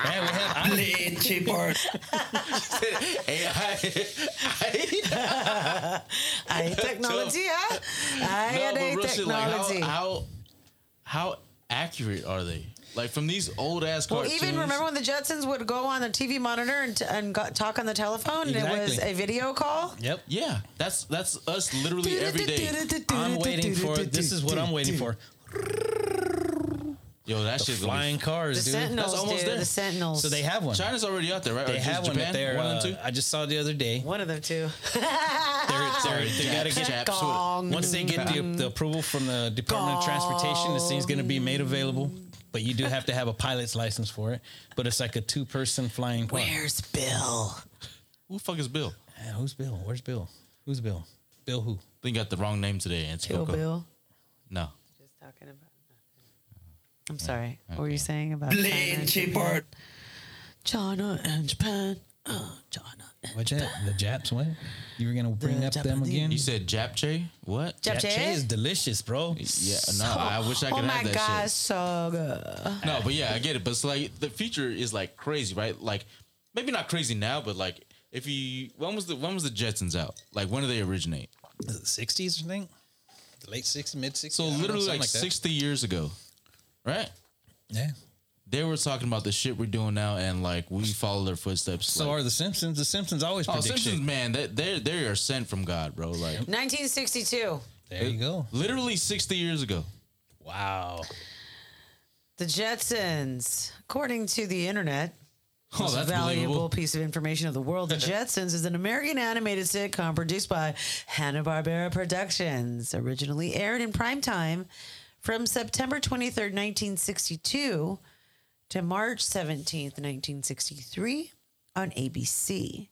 Speaker 3: Man, we have
Speaker 2: AI.
Speaker 1: AI technology, huh? AI
Speaker 2: no, but real shit, like,
Speaker 1: technology.
Speaker 2: how, how how accurate are they? Like from these old ass
Speaker 1: well,
Speaker 2: cartoons.
Speaker 1: even remember when the Jetsons would go on the TV monitor and, t- and go- talk on the telephone, and it was
Speaker 3: Exactly.
Speaker 1: a video call.
Speaker 3: Yep.
Speaker 2: Yeah, that's that's us literally every day.
Speaker 3: I'm waiting for this is what I'm waiting for.
Speaker 2: Yo, that shit's gonna be-
Speaker 3: Flying
Speaker 1: The
Speaker 3: cars, dude.
Speaker 1: Sentinels,
Speaker 2: almost
Speaker 1: dude.
Speaker 2: there.
Speaker 1: The Sentinels.
Speaker 3: So they have one.
Speaker 2: China's already out there, right? Or
Speaker 3: They
Speaker 2: just
Speaker 3: have one
Speaker 2: Japan,
Speaker 3: that they're
Speaker 2: one
Speaker 3: uh,
Speaker 2: and two.
Speaker 3: I just saw the other day.
Speaker 1: one of them too.
Speaker 3: They're, they're, they gotta
Speaker 2: Japs.
Speaker 3: get
Speaker 2: Japs.
Speaker 1: Gong.
Speaker 3: once they get the, the approval from the Department of Transportation, this thing's gonna be made available. But you do have to have a pilot's license for it. But it's like a two person flying car.
Speaker 1: Where's Bill?
Speaker 2: Who the fuck is Bill?
Speaker 3: Yeah, who's Bill? Where's Bill? Who's Bill? Bill who?
Speaker 2: I think you got the wrong name today. It's
Speaker 1: Kill
Speaker 2: Coco.
Speaker 1: Bill.
Speaker 2: No.
Speaker 1: Just talking about. nothing. I'm sorry. What were you saying about China and Japan? China and Japan. Oh, China. and-
Speaker 3: What's that? The Japs what? You were gonna bring
Speaker 1: The
Speaker 3: up them again?
Speaker 2: You said Japche? What?
Speaker 1: Jap-
Speaker 3: Japchae
Speaker 1: Hmm. Japchae?
Speaker 3: is delicious, bro.
Speaker 2: yeah, no, I wish I could
Speaker 1: Oh my
Speaker 2: have that
Speaker 1: gosh,
Speaker 2: shit.
Speaker 1: so good.
Speaker 2: No, but yeah, I get it. But it's like the future is like crazy, right? Like maybe not crazy now, but like if you when was the when was the Jetsons out? Like when did they originate?
Speaker 3: Sixties, I think. The late sixties, mid sixties.
Speaker 2: So literally like, sixty years ago, right?
Speaker 3: Yeah.
Speaker 2: They were talking about the shit we're doing now, and like we follow their footsteps.
Speaker 3: So
Speaker 2: like,
Speaker 3: are the Simpsons. The Simpsons always
Speaker 2: oh,
Speaker 3: predict
Speaker 2: Simpsons,
Speaker 3: shit.
Speaker 2: man, they they they are sent from God, bro. Like
Speaker 1: 1962.
Speaker 3: There you go.
Speaker 2: literally sixty years ago.
Speaker 3: Wow.
Speaker 1: The Jetsons, according to the internet,
Speaker 2: Oh,
Speaker 1: most
Speaker 2: that's
Speaker 1: valuable
Speaker 2: believable.
Speaker 1: piece of information of the world. The Jetsons is an American animated sitcom produced by Hanna Barbera Productions. Originally aired in primetime from September 23rd, 1962 to March 17th, 1963 on ABC.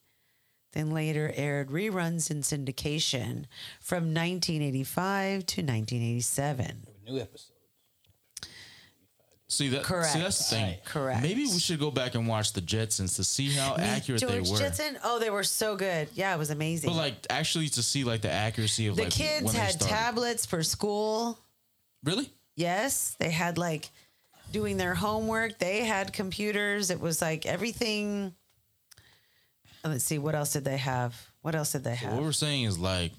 Speaker 1: Then later aired reruns in syndication from 1985 to 1987.
Speaker 3: New episode.
Speaker 2: See that?
Speaker 1: Correct.
Speaker 2: See that's the thing.
Speaker 1: Correct.
Speaker 2: Maybe we should go back and watch the Jetsons to see how accurate
Speaker 1: George
Speaker 2: they were.
Speaker 1: Jetson. Oh, they were so good. Yeah, it was amazing.
Speaker 2: But like actually to see like the accuracy of
Speaker 1: the
Speaker 2: like
Speaker 1: kids
Speaker 2: when they
Speaker 1: had
Speaker 2: started.
Speaker 1: tablets for school.
Speaker 2: Really?
Speaker 1: Yes, they had like doing their homework. They had computers. It was like everything. Let's see, what else did they have? What else did they
Speaker 2: What
Speaker 1: have?
Speaker 2: we're saying is like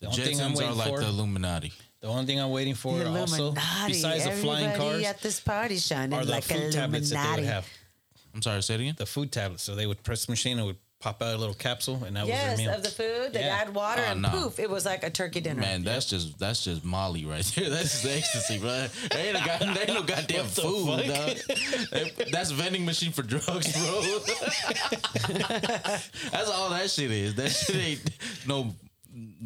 Speaker 2: the
Speaker 3: only thing I'm
Speaker 2: Jetsons are
Speaker 3: waiting
Speaker 2: like
Speaker 3: for-
Speaker 2: the Illuminati.
Speaker 3: The only thing I'm waiting for also besides the flying
Speaker 1: Everybody
Speaker 3: cars
Speaker 1: at this party shining
Speaker 3: are the
Speaker 1: like
Speaker 3: food tablets that they
Speaker 1: Illuminati.
Speaker 3: would have.
Speaker 2: I'm sorry, say it again.
Speaker 3: The food tablets. So they would press the machine and it would pop out a little capsule and that was
Speaker 1: Yes,
Speaker 3: their meal.
Speaker 1: of the food. They
Speaker 3: Yeah. Ah,
Speaker 1: add water
Speaker 2: Oh,
Speaker 1: and
Speaker 2: no.
Speaker 1: poof, it was like a turkey dinner.
Speaker 2: Man, that's just that's just Molly right there. That's just ecstasy, bro. There ain't, no god, there ain't no goddamn food. dog. That's vending machine for drugs, bro. that's all that shit is. That shit ain't no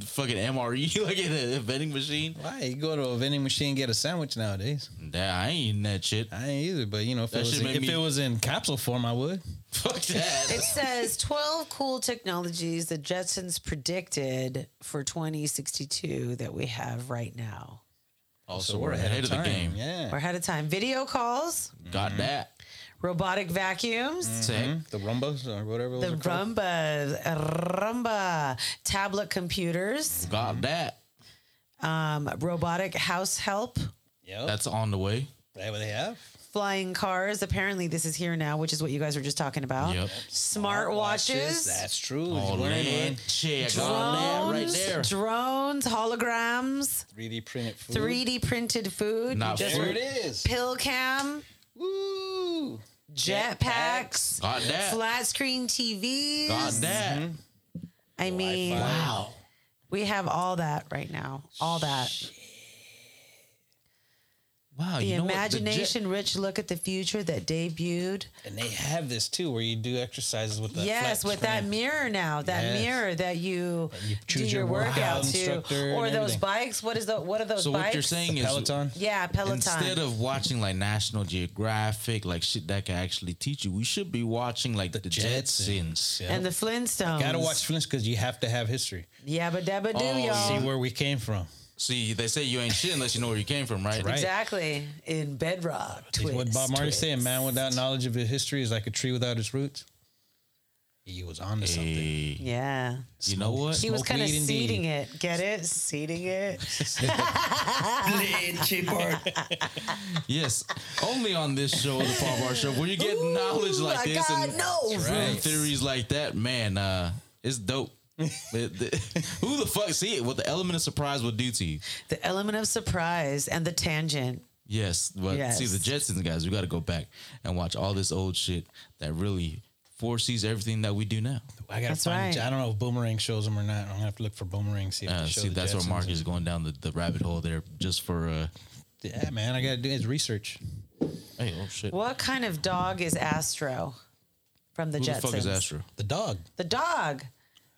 Speaker 2: fucking E. MRE like in a vending machine.
Speaker 3: Why you go to a vending machine and get a sandwich nowadays?
Speaker 2: Nah, I ain't eating that shit.
Speaker 3: I ain't either, but you know, if, it
Speaker 2: That
Speaker 3: was,
Speaker 2: shit
Speaker 3: in,
Speaker 2: made
Speaker 3: if
Speaker 2: me-
Speaker 3: it was in capsule form, I would.
Speaker 2: Fuck that.
Speaker 1: It says 12 cool technologies the Jetsons predicted for 2062 that we have right now.
Speaker 2: Also, we're ahead of the
Speaker 3: time.
Speaker 2: game.
Speaker 1: We're
Speaker 3: Yeah. Mm-hmm.
Speaker 1: ahead of time. Video calls,
Speaker 2: Got that.
Speaker 1: robotic
Speaker 3: Mm.
Speaker 1: vacuums,
Speaker 2: Tech.
Speaker 3: The rumbas or whatever those
Speaker 1: the
Speaker 3: are called.
Speaker 1: Rumba, Rumba, tablet computers,
Speaker 2: Got that.
Speaker 1: um, robotic house help,
Speaker 3: Yep. That's
Speaker 2: That's on the way.
Speaker 3: what they have.
Speaker 1: flying cars. Apparently, this is here now, which is what you guys were just talking
Speaker 3: Oh.
Speaker 1: about.
Speaker 2: Yep.
Speaker 1: Smart watches.
Speaker 3: That's true.
Speaker 2: Oh,
Speaker 3: He's wearing
Speaker 2: man.
Speaker 3: one.
Speaker 2: Check on that right
Speaker 1: Drones,
Speaker 2: there.
Speaker 1: drones, holograms,
Speaker 3: 3D printed food.
Speaker 1: 3D printed food,
Speaker 2: Not
Speaker 1: just
Speaker 2: food.
Speaker 3: There it is.
Speaker 1: pill cam,
Speaker 3: Woo.
Speaker 1: jetpacks,
Speaker 2: Got that.
Speaker 1: flat screen TVs.
Speaker 2: Got that.
Speaker 1: Mm-hmm. I mean,
Speaker 3: Wi-Fi.
Speaker 2: Wow.
Speaker 1: we have all that right now. All that.
Speaker 2: Wow,
Speaker 1: The
Speaker 2: you know what? The jet-
Speaker 1: imagination rich look at the future that debuted.
Speaker 3: And they have this too, where you do exercises with that.
Speaker 1: yes,
Speaker 3: flat
Speaker 1: with that
Speaker 3: screen.
Speaker 1: mirror now, that
Speaker 3: Yes.
Speaker 1: mirror that you,
Speaker 3: you
Speaker 1: do
Speaker 3: choose
Speaker 1: your,
Speaker 3: your workout
Speaker 1: workout
Speaker 3: instructor
Speaker 1: to,
Speaker 3: and
Speaker 1: or those
Speaker 3: everything.
Speaker 1: bikes. What is the what are those
Speaker 2: so
Speaker 1: bikes?
Speaker 2: what you're saying
Speaker 3: The
Speaker 2: is
Speaker 3: Peloton.
Speaker 1: Yeah, Peloton.
Speaker 2: Instead of watching like National Geographic, like shit that can actually teach you, we should be watching like the, Jetsons.
Speaker 3: Yeah.
Speaker 1: and the Flintstones.
Speaker 3: Gotta watch Flintstones because you have to have history.
Speaker 1: Yabba Dabba Doo,
Speaker 2: Oh,
Speaker 3: See
Speaker 1: y'all.
Speaker 3: where we came from.
Speaker 2: See, they say you ain't shit unless you know where you came from, right?
Speaker 3: Right.
Speaker 1: Exactly. In Bedrock.
Speaker 3: Is
Speaker 1: Twist,
Speaker 3: what Bob Marley
Speaker 1: twist.
Speaker 3: saying, man without knowledge of his history is like a tree without its roots. He was onto something.
Speaker 2: Hey,
Speaker 1: Yeah.
Speaker 2: you know what?
Speaker 1: He was
Speaker 3: Smoke
Speaker 1: kind of
Speaker 3: weed indeed.
Speaker 1: seeding it. Get it? Seeding it.
Speaker 2: Yes, only on this show, the Paul Bar Show, where you get knowledge
Speaker 1: Ooh,
Speaker 2: like
Speaker 1: I
Speaker 2: this
Speaker 1: got
Speaker 2: and,
Speaker 1: knows.
Speaker 2: and theories like that. Man, uh, it's dope. It- the- who the fuck see it? What the element of surprise would do to you?
Speaker 1: The element of surprise and the tangent.
Speaker 2: Yes, but
Speaker 1: Yes.
Speaker 2: see the Jetsons guys, we got to go back and watch all this old shit that really foresees everything that we do now.
Speaker 3: I gotta
Speaker 1: That's
Speaker 3: find.
Speaker 1: right.
Speaker 3: I don't know if Boomerang shows them or not. I'm gonna have to look for Boomerang see if
Speaker 2: Uh,
Speaker 3: they show
Speaker 2: see,
Speaker 3: the
Speaker 2: that's where
Speaker 3: Jetsons.
Speaker 2: Mark is going down the, the rabbit hole there, just for. Uh,
Speaker 3: Yeah, man, I gotta do his research.
Speaker 2: hey, oh shit!
Speaker 1: What kind of dog is Astro from the
Speaker 2: Who
Speaker 1: Jetsons?
Speaker 2: the fuck is Astro?
Speaker 3: The dog.
Speaker 1: The dog.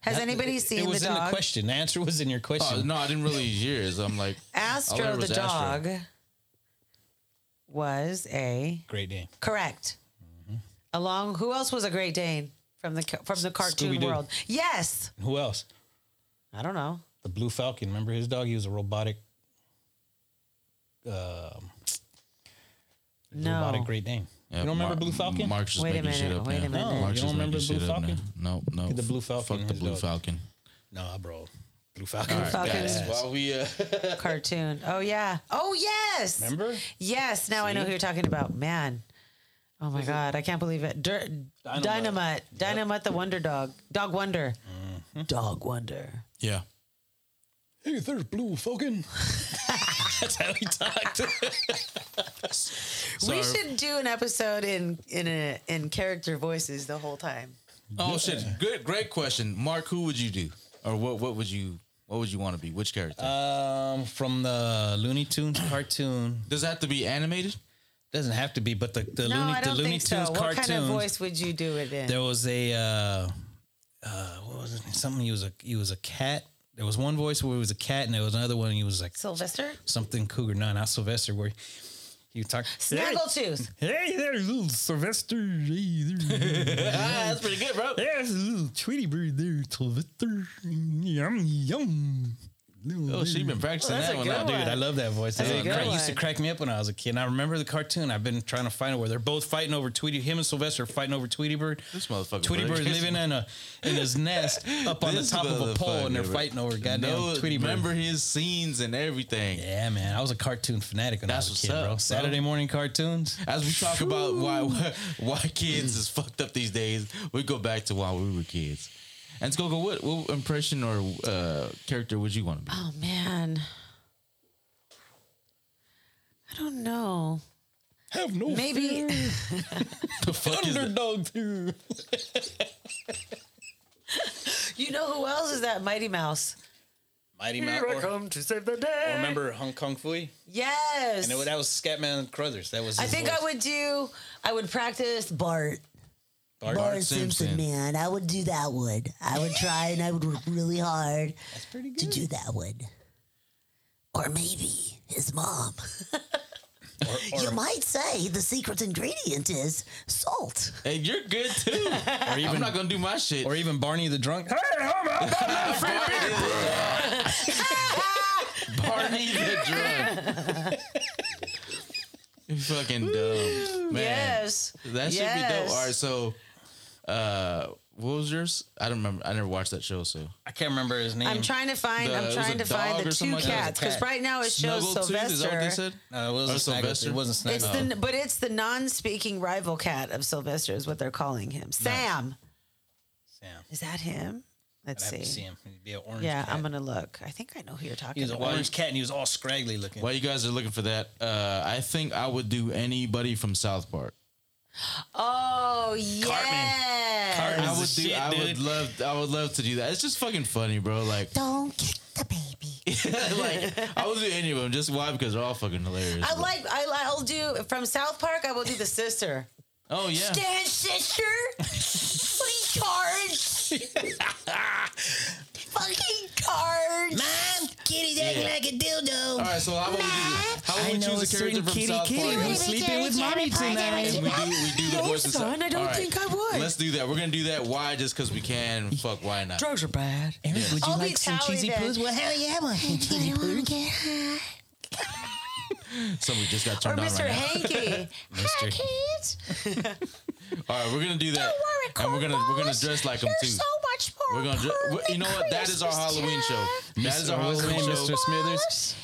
Speaker 1: Has anybody
Speaker 3: it,
Speaker 1: seen
Speaker 3: it was
Speaker 1: the
Speaker 3: in
Speaker 1: dog?
Speaker 3: the question. The answer was in your
Speaker 2: Oh,
Speaker 3: question.
Speaker 2: no, I didn't really hear. it, So I'm like all I
Speaker 1: Astro
Speaker 2: heard
Speaker 1: the
Speaker 2: was Astro.
Speaker 1: dog was a
Speaker 3: Great name.
Speaker 1: correct.
Speaker 2: Mm-hmm.
Speaker 1: Along who else was a Great Dane from the ca- from the cartoon
Speaker 3: Scooby-Doo.
Speaker 1: world? Yes.
Speaker 3: And Who else?
Speaker 1: I don't know.
Speaker 3: The Blue Falcon. Remember his dog? He was a robotic.
Speaker 1: No.
Speaker 3: Robotic Great Dane.
Speaker 2: Yeah,
Speaker 3: you don't remember
Speaker 2: Mark-
Speaker 3: Blue Falcon?
Speaker 2: Mark's just
Speaker 1: Wait a
Speaker 2: making shit
Speaker 1: minute,
Speaker 2: up
Speaker 1: wait
Speaker 2: now.
Speaker 1: a minute. No,
Speaker 2: Mark's
Speaker 3: you
Speaker 2: just
Speaker 3: don't remember
Speaker 2: making shit
Speaker 3: Blue
Speaker 2: up now.
Speaker 3: Falcon?
Speaker 2: No, no.
Speaker 3: The Blue
Speaker 2: Fuck
Speaker 3: Falcon,
Speaker 2: the
Speaker 3: his
Speaker 2: Blue
Speaker 3: dog.
Speaker 2: Falcon.
Speaker 3: no, bro. Blue Falcon.
Speaker 2: All right,
Speaker 1: Falcon.
Speaker 2: guys,
Speaker 1: Yes.
Speaker 2: While we, uh,
Speaker 1: cartoon. Oh yeah. Oh yes.
Speaker 3: Remember?
Speaker 1: Yes. Now I know who you're talking about. Man. Oh my God! I can't believe it. Dur- Dynamite. Dynamite. the Wonder Dog. Dog Wonder.
Speaker 3: Mm-hmm.
Speaker 1: Dog Wonder.
Speaker 2: yeah.
Speaker 3: Hey, there's Blue Falcon. That's how he talked.
Speaker 2: Sorry.
Speaker 1: We should do an episode in in a, in character voices the whole time.
Speaker 2: Oh shit! Good, great question, Mark. Who would you do, or what? What would you? What would you want to be? Which character?
Speaker 3: um, from the Looney Tunes cartoon.
Speaker 2: Does it have to be animated?
Speaker 3: Doesn't have to be, but the, the
Speaker 1: No,
Speaker 3: Looney,
Speaker 1: I don't
Speaker 3: the Looney
Speaker 1: think so.
Speaker 3: Tunes
Speaker 1: What
Speaker 3: cartoon.
Speaker 1: kind of voice would you do it in?
Speaker 3: There was a uh, uh, what was it? Something he was a he was a cat. There was one voice where he was a cat, and there was another one. He was like
Speaker 1: Sylvester.
Speaker 3: something cougar. No, not Sylvester. Where he would talk.
Speaker 1: Snaggletooth.
Speaker 3: Hey, hey there, little Sylvester. Hey, there.
Speaker 2: Ah, that's pretty good, bro.
Speaker 3: There's a little Tweety bird there, Sylvester. Yum yum. Little
Speaker 2: Oh, she
Speaker 3: baby.
Speaker 2: been practicing
Speaker 1: Well, that's
Speaker 2: that
Speaker 1: a
Speaker 2: one
Speaker 1: good
Speaker 2: out,
Speaker 1: one.
Speaker 2: dude.
Speaker 3: Dude, I love that voice. That
Speaker 1: That's a good
Speaker 3: crack- used to
Speaker 1: one.
Speaker 3: crack me up when I was a kid. And I remember the cartoon. I've been trying to find it where they're both fighting over Tweety. Him and Sylvester are fighting over Tweety Bird.
Speaker 2: This motherfucker
Speaker 3: Tweety
Speaker 2: bird.
Speaker 3: Bird's living in a in his nest up on the
Speaker 2: This
Speaker 3: top of a pole, and they're
Speaker 2: motherfucker,
Speaker 3: fighting over
Speaker 2: I
Speaker 3: goddamn
Speaker 2: know,
Speaker 3: Tweety Bird.
Speaker 2: remember his scenes and everything.
Speaker 3: Yeah, man, I was a cartoon fanatic when
Speaker 2: That's
Speaker 3: I was
Speaker 2: what's
Speaker 3: a kid,
Speaker 2: up,
Speaker 3: bro.
Speaker 2: bro.
Speaker 3: Saturday morning cartoons.
Speaker 2: As we talk about why why kids is fucked up these days, we go back to why we were kids. And Skogo, what what impression or uh, character would you want to be?
Speaker 1: Oh man. I don't know.
Speaker 3: Have no
Speaker 1: Maybe
Speaker 2: The fuck is that?
Speaker 3: underdog too.
Speaker 1: you know who else is that Mighty Mouse?
Speaker 3: Mighty Mouse. Or,
Speaker 1: come to save the day.
Speaker 3: or remember Hong Kong Fui?
Speaker 1: Yes.
Speaker 3: And it, that was Scatman Crothers. That was.
Speaker 1: I
Speaker 3: his
Speaker 1: think
Speaker 3: voice.
Speaker 1: I would do. I would practice Bart.
Speaker 3: Bart-
Speaker 4: Bart
Speaker 2: Simpson.
Speaker 4: Simpson, man. I would do that one. I would try and I would work really hard
Speaker 3: That's pretty
Speaker 4: to
Speaker 3: good.
Speaker 4: do that one. Or maybe his mom.
Speaker 3: Or,
Speaker 4: You might say the secret ingredient is salt.
Speaker 2: Hey, you're good too. I'm not gonna do my shit.
Speaker 3: or even Barney the Drunk.
Speaker 2: Barney the drunk. You're fucking dumb, man.
Speaker 1: Yes.
Speaker 2: That should be
Speaker 1: Yes.
Speaker 2: dope. All right, so uh, what was yours? I don't remember. I never watched that show, so
Speaker 3: I can't remember his name.
Speaker 1: I'm trying to find.
Speaker 2: The- it
Speaker 1: I'm
Speaker 2: was
Speaker 1: trying to
Speaker 2: a
Speaker 1: find
Speaker 2: dog
Speaker 1: the two
Speaker 2: or something like that?
Speaker 1: cats
Speaker 3: It was
Speaker 1: because
Speaker 3: a cat.
Speaker 1: right now it shows
Speaker 2: Snuggletooth, is that what they
Speaker 1: Sylvester.
Speaker 2: said?
Speaker 3: No, it
Speaker 2: Or
Speaker 3: wasn't Sylvester.
Speaker 2: Sylvester.
Speaker 3: It wasn't Oh,
Speaker 1: It's
Speaker 3: Snyder.
Speaker 1: the but it's the non-speaking rival cat of Sylvester is what they're calling him. Sam
Speaker 3: Sam.
Speaker 1: is that him? Let's
Speaker 3: I'd have
Speaker 1: see.
Speaker 3: to see him. He'd be an orange
Speaker 1: Yeah,
Speaker 3: cat.
Speaker 1: I'm gonna look. I think I know who you're
Speaker 3: He
Speaker 1: talking
Speaker 3: was an
Speaker 1: about.
Speaker 3: orange cat and he was all scraggly looking.
Speaker 2: While you guys are looking for that, uh, I think I would do anybody from South Park.
Speaker 1: Oh yeah.
Speaker 3: Cartman.
Speaker 2: I would
Speaker 3: This
Speaker 2: do.
Speaker 3: is the shit,
Speaker 2: I would
Speaker 3: dude.
Speaker 2: love. I would love to do that. It's just fucking funny, bro. Like
Speaker 4: Don't kick the baby.
Speaker 2: like I would do any of them. Just why? Because they're all fucking hilarious.
Speaker 1: I
Speaker 2: bro.
Speaker 1: like I li- I'll do from South Park. I will do the sister.
Speaker 2: Oh yeah.
Speaker 4: Stand sister, fucking cards, fucking cards. Mom, kitty's acting
Speaker 2: Yeah.
Speaker 4: like a dildo.
Speaker 2: All right. So how about we do this? How about we choose
Speaker 3: know
Speaker 2: a character
Speaker 3: certain
Speaker 2: from
Speaker 3: kitty
Speaker 2: South
Speaker 3: kitty
Speaker 2: Park?
Speaker 3: who's sleeping with mommy tonight.
Speaker 2: And we do we do the
Speaker 1: No,
Speaker 2: voices.
Speaker 1: son, I don't
Speaker 2: All right.
Speaker 1: think I would.
Speaker 2: Let's do that. We're gonna do that. Why? Just because we can. Fuck. Why not?
Speaker 1: Drugs are bad.
Speaker 3: Eric, would you
Speaker 1: I'll be
Speaker 3: like some
Speaker 1: Sally
Speaker 3: cheesy
Speaker 1: then.
Speaker 3: puss? Well, hell yeah, I want some cheesy puss.
Speaker 2: Somebody just got
Speaker 1: Or
Speaker 2: turned on
Speaker 1: Mr.
Speaker 2: right now.
Speaker 1: Hanky.
Speaker 4: Hi, kids.
Speaker 2: All right, we're gonna do that,
Speaker 4: Don't worry,
Speaker 2: and we're gonna we're gonna
Speaker 4: cornballs.
Speaker 2: dress like them
Speaker 4: You're
Speaker 2: too.
Speaker 4: so much more
Speaker 2: we're gonna dre-
Speaker 4: perfect
Speaker 2: you know what? That is our
Speaker 4: Christmas
Speaker 2: Halloween show. That is our
Speaker 3: Mr.
Speaker 2: Halloween
Speaker 3: Wilson,
Speaker 2: show.
Speaker 3: Mr. Smithers.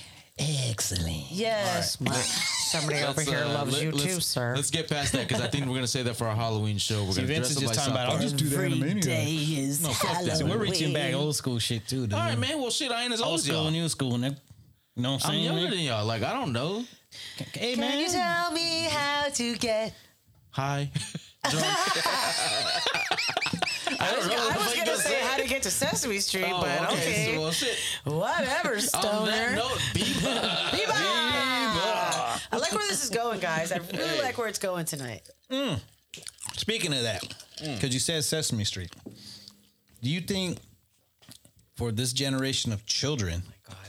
Speaker 4: Excellent.
Speaker 1: Yes, my, somebody over
Speaker 2: Let's,
Speaker 1: here
Speaker 2: uh,
Speaker 1: loves
Speaker 2: let-
Speaker 1: you
Speaker 2: let's-
Speaker 1: too, sir.
Speaker 2: Let's get past that because I think we're gonna say that for our Halloween show. We're
Speaker 3: See,
Speaker 2: gonna
Speaker 3: Vince
Speaker 2: dress
Speaker 3: is
Speaker 2: up
Speaker 3: just
Speaker 2: like
Speaker 3: talking
Speaker 2: South
Speaker 3: about. I'll
Speaker 2: Park.
Speaker 3: just do that in a
Speaker 4: Every
Speaker 3: minute.
Speaker 4: day is Halloween.
Speaker 3: So we're reaching back old school shit too, dude.
Speaker 2: All right, man. Well, shit, I ain't as old
Speaker 3: Old
Speaker 2: as
Speaker 3: school,
Speaker 2: y'all.
Speaker 3: new school. nigga. You know what I'm
Speaker 2: I'm
Speaker 3: saying?
Speaker 2: younger
Speaker 3: nigga?
Speaker 2: than y'all. Like I don't know.
Speaker 3: Hey
Speaker 1: Can you
Speaker 3: man,
Speaker 1: tell me how to get?
Speaker 2: Hi. Drunk. I don't know.
Speaker 1: I
Speaker 2: what
Speaker 1: was
Speaker 2: the fuck
Speaker 1: gonna
Speaker 2: to
Speaker 1: say how to get to Sesame Street,
Speaker 2: Oh,
Speaker 1: but
Speaker 2: okay.
Speaker 1: okay, Oh,
Speaker 2: so, well, shit.
Speaker 1: whatever,
Speaker 2: On that
Speaker 1: stoner.
Speaker 2: note, Bieber.
Speaker 1: Viva! I like where this is going, guys. I really like where it's going tonight.
Speaker 3: speaking of that, because you said Sesame Street, do you think for this generation of children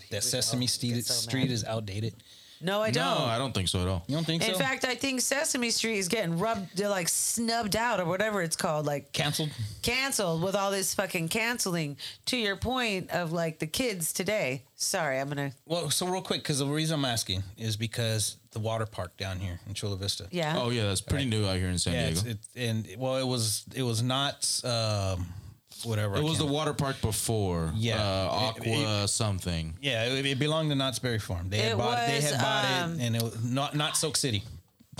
Speaker 3: that Sesame Street,
Speaker 1: so mad.
Speaker 3: Street is outdated?
Speaker 1: No, I
Speaker 2: No,
Speaker 1: don't.
Speaker 2: I don't think so at all.
Speaker 3: You don't think
Speaker 1: In
Speaker 3: so?
Speaker 1: fact, I think Sesame Street is getting rubbed, they're like snubbed out or whatever it's called, like
Speaker 3: canceled.
Speaker 1: canceled with all this fucking canceling. To your point of like the kids today. Sorry, I'm gonna.
Speaker 3: Well, so real quick, because the reason I'm asking is because the water park down here in Chula Vista.
Speaker 1: Yeah.
Speaker 2: Oh yeah, that's pretty new out here in San
Speaker 3: Yeah,
Speaker 2: Diego.
Speaker 3: it's, it's, and well, it was it was not um, whatever.
Speaker 2: It was the water park before.
Speaker 3: Yeah.
Speaker 2: Uh,
Speaker 3: It- it-
Speaker 2: Aqua something.
Speaker 3: yeah. It, it belonged to Knott's Berry Farm. They had
Speaker 1: It
Speaker 3: bought it. They
Speaker 1: was,
Speaker 3: had bought
Speaker 1: um,
Speaker 3: it, and it was not not Soak City.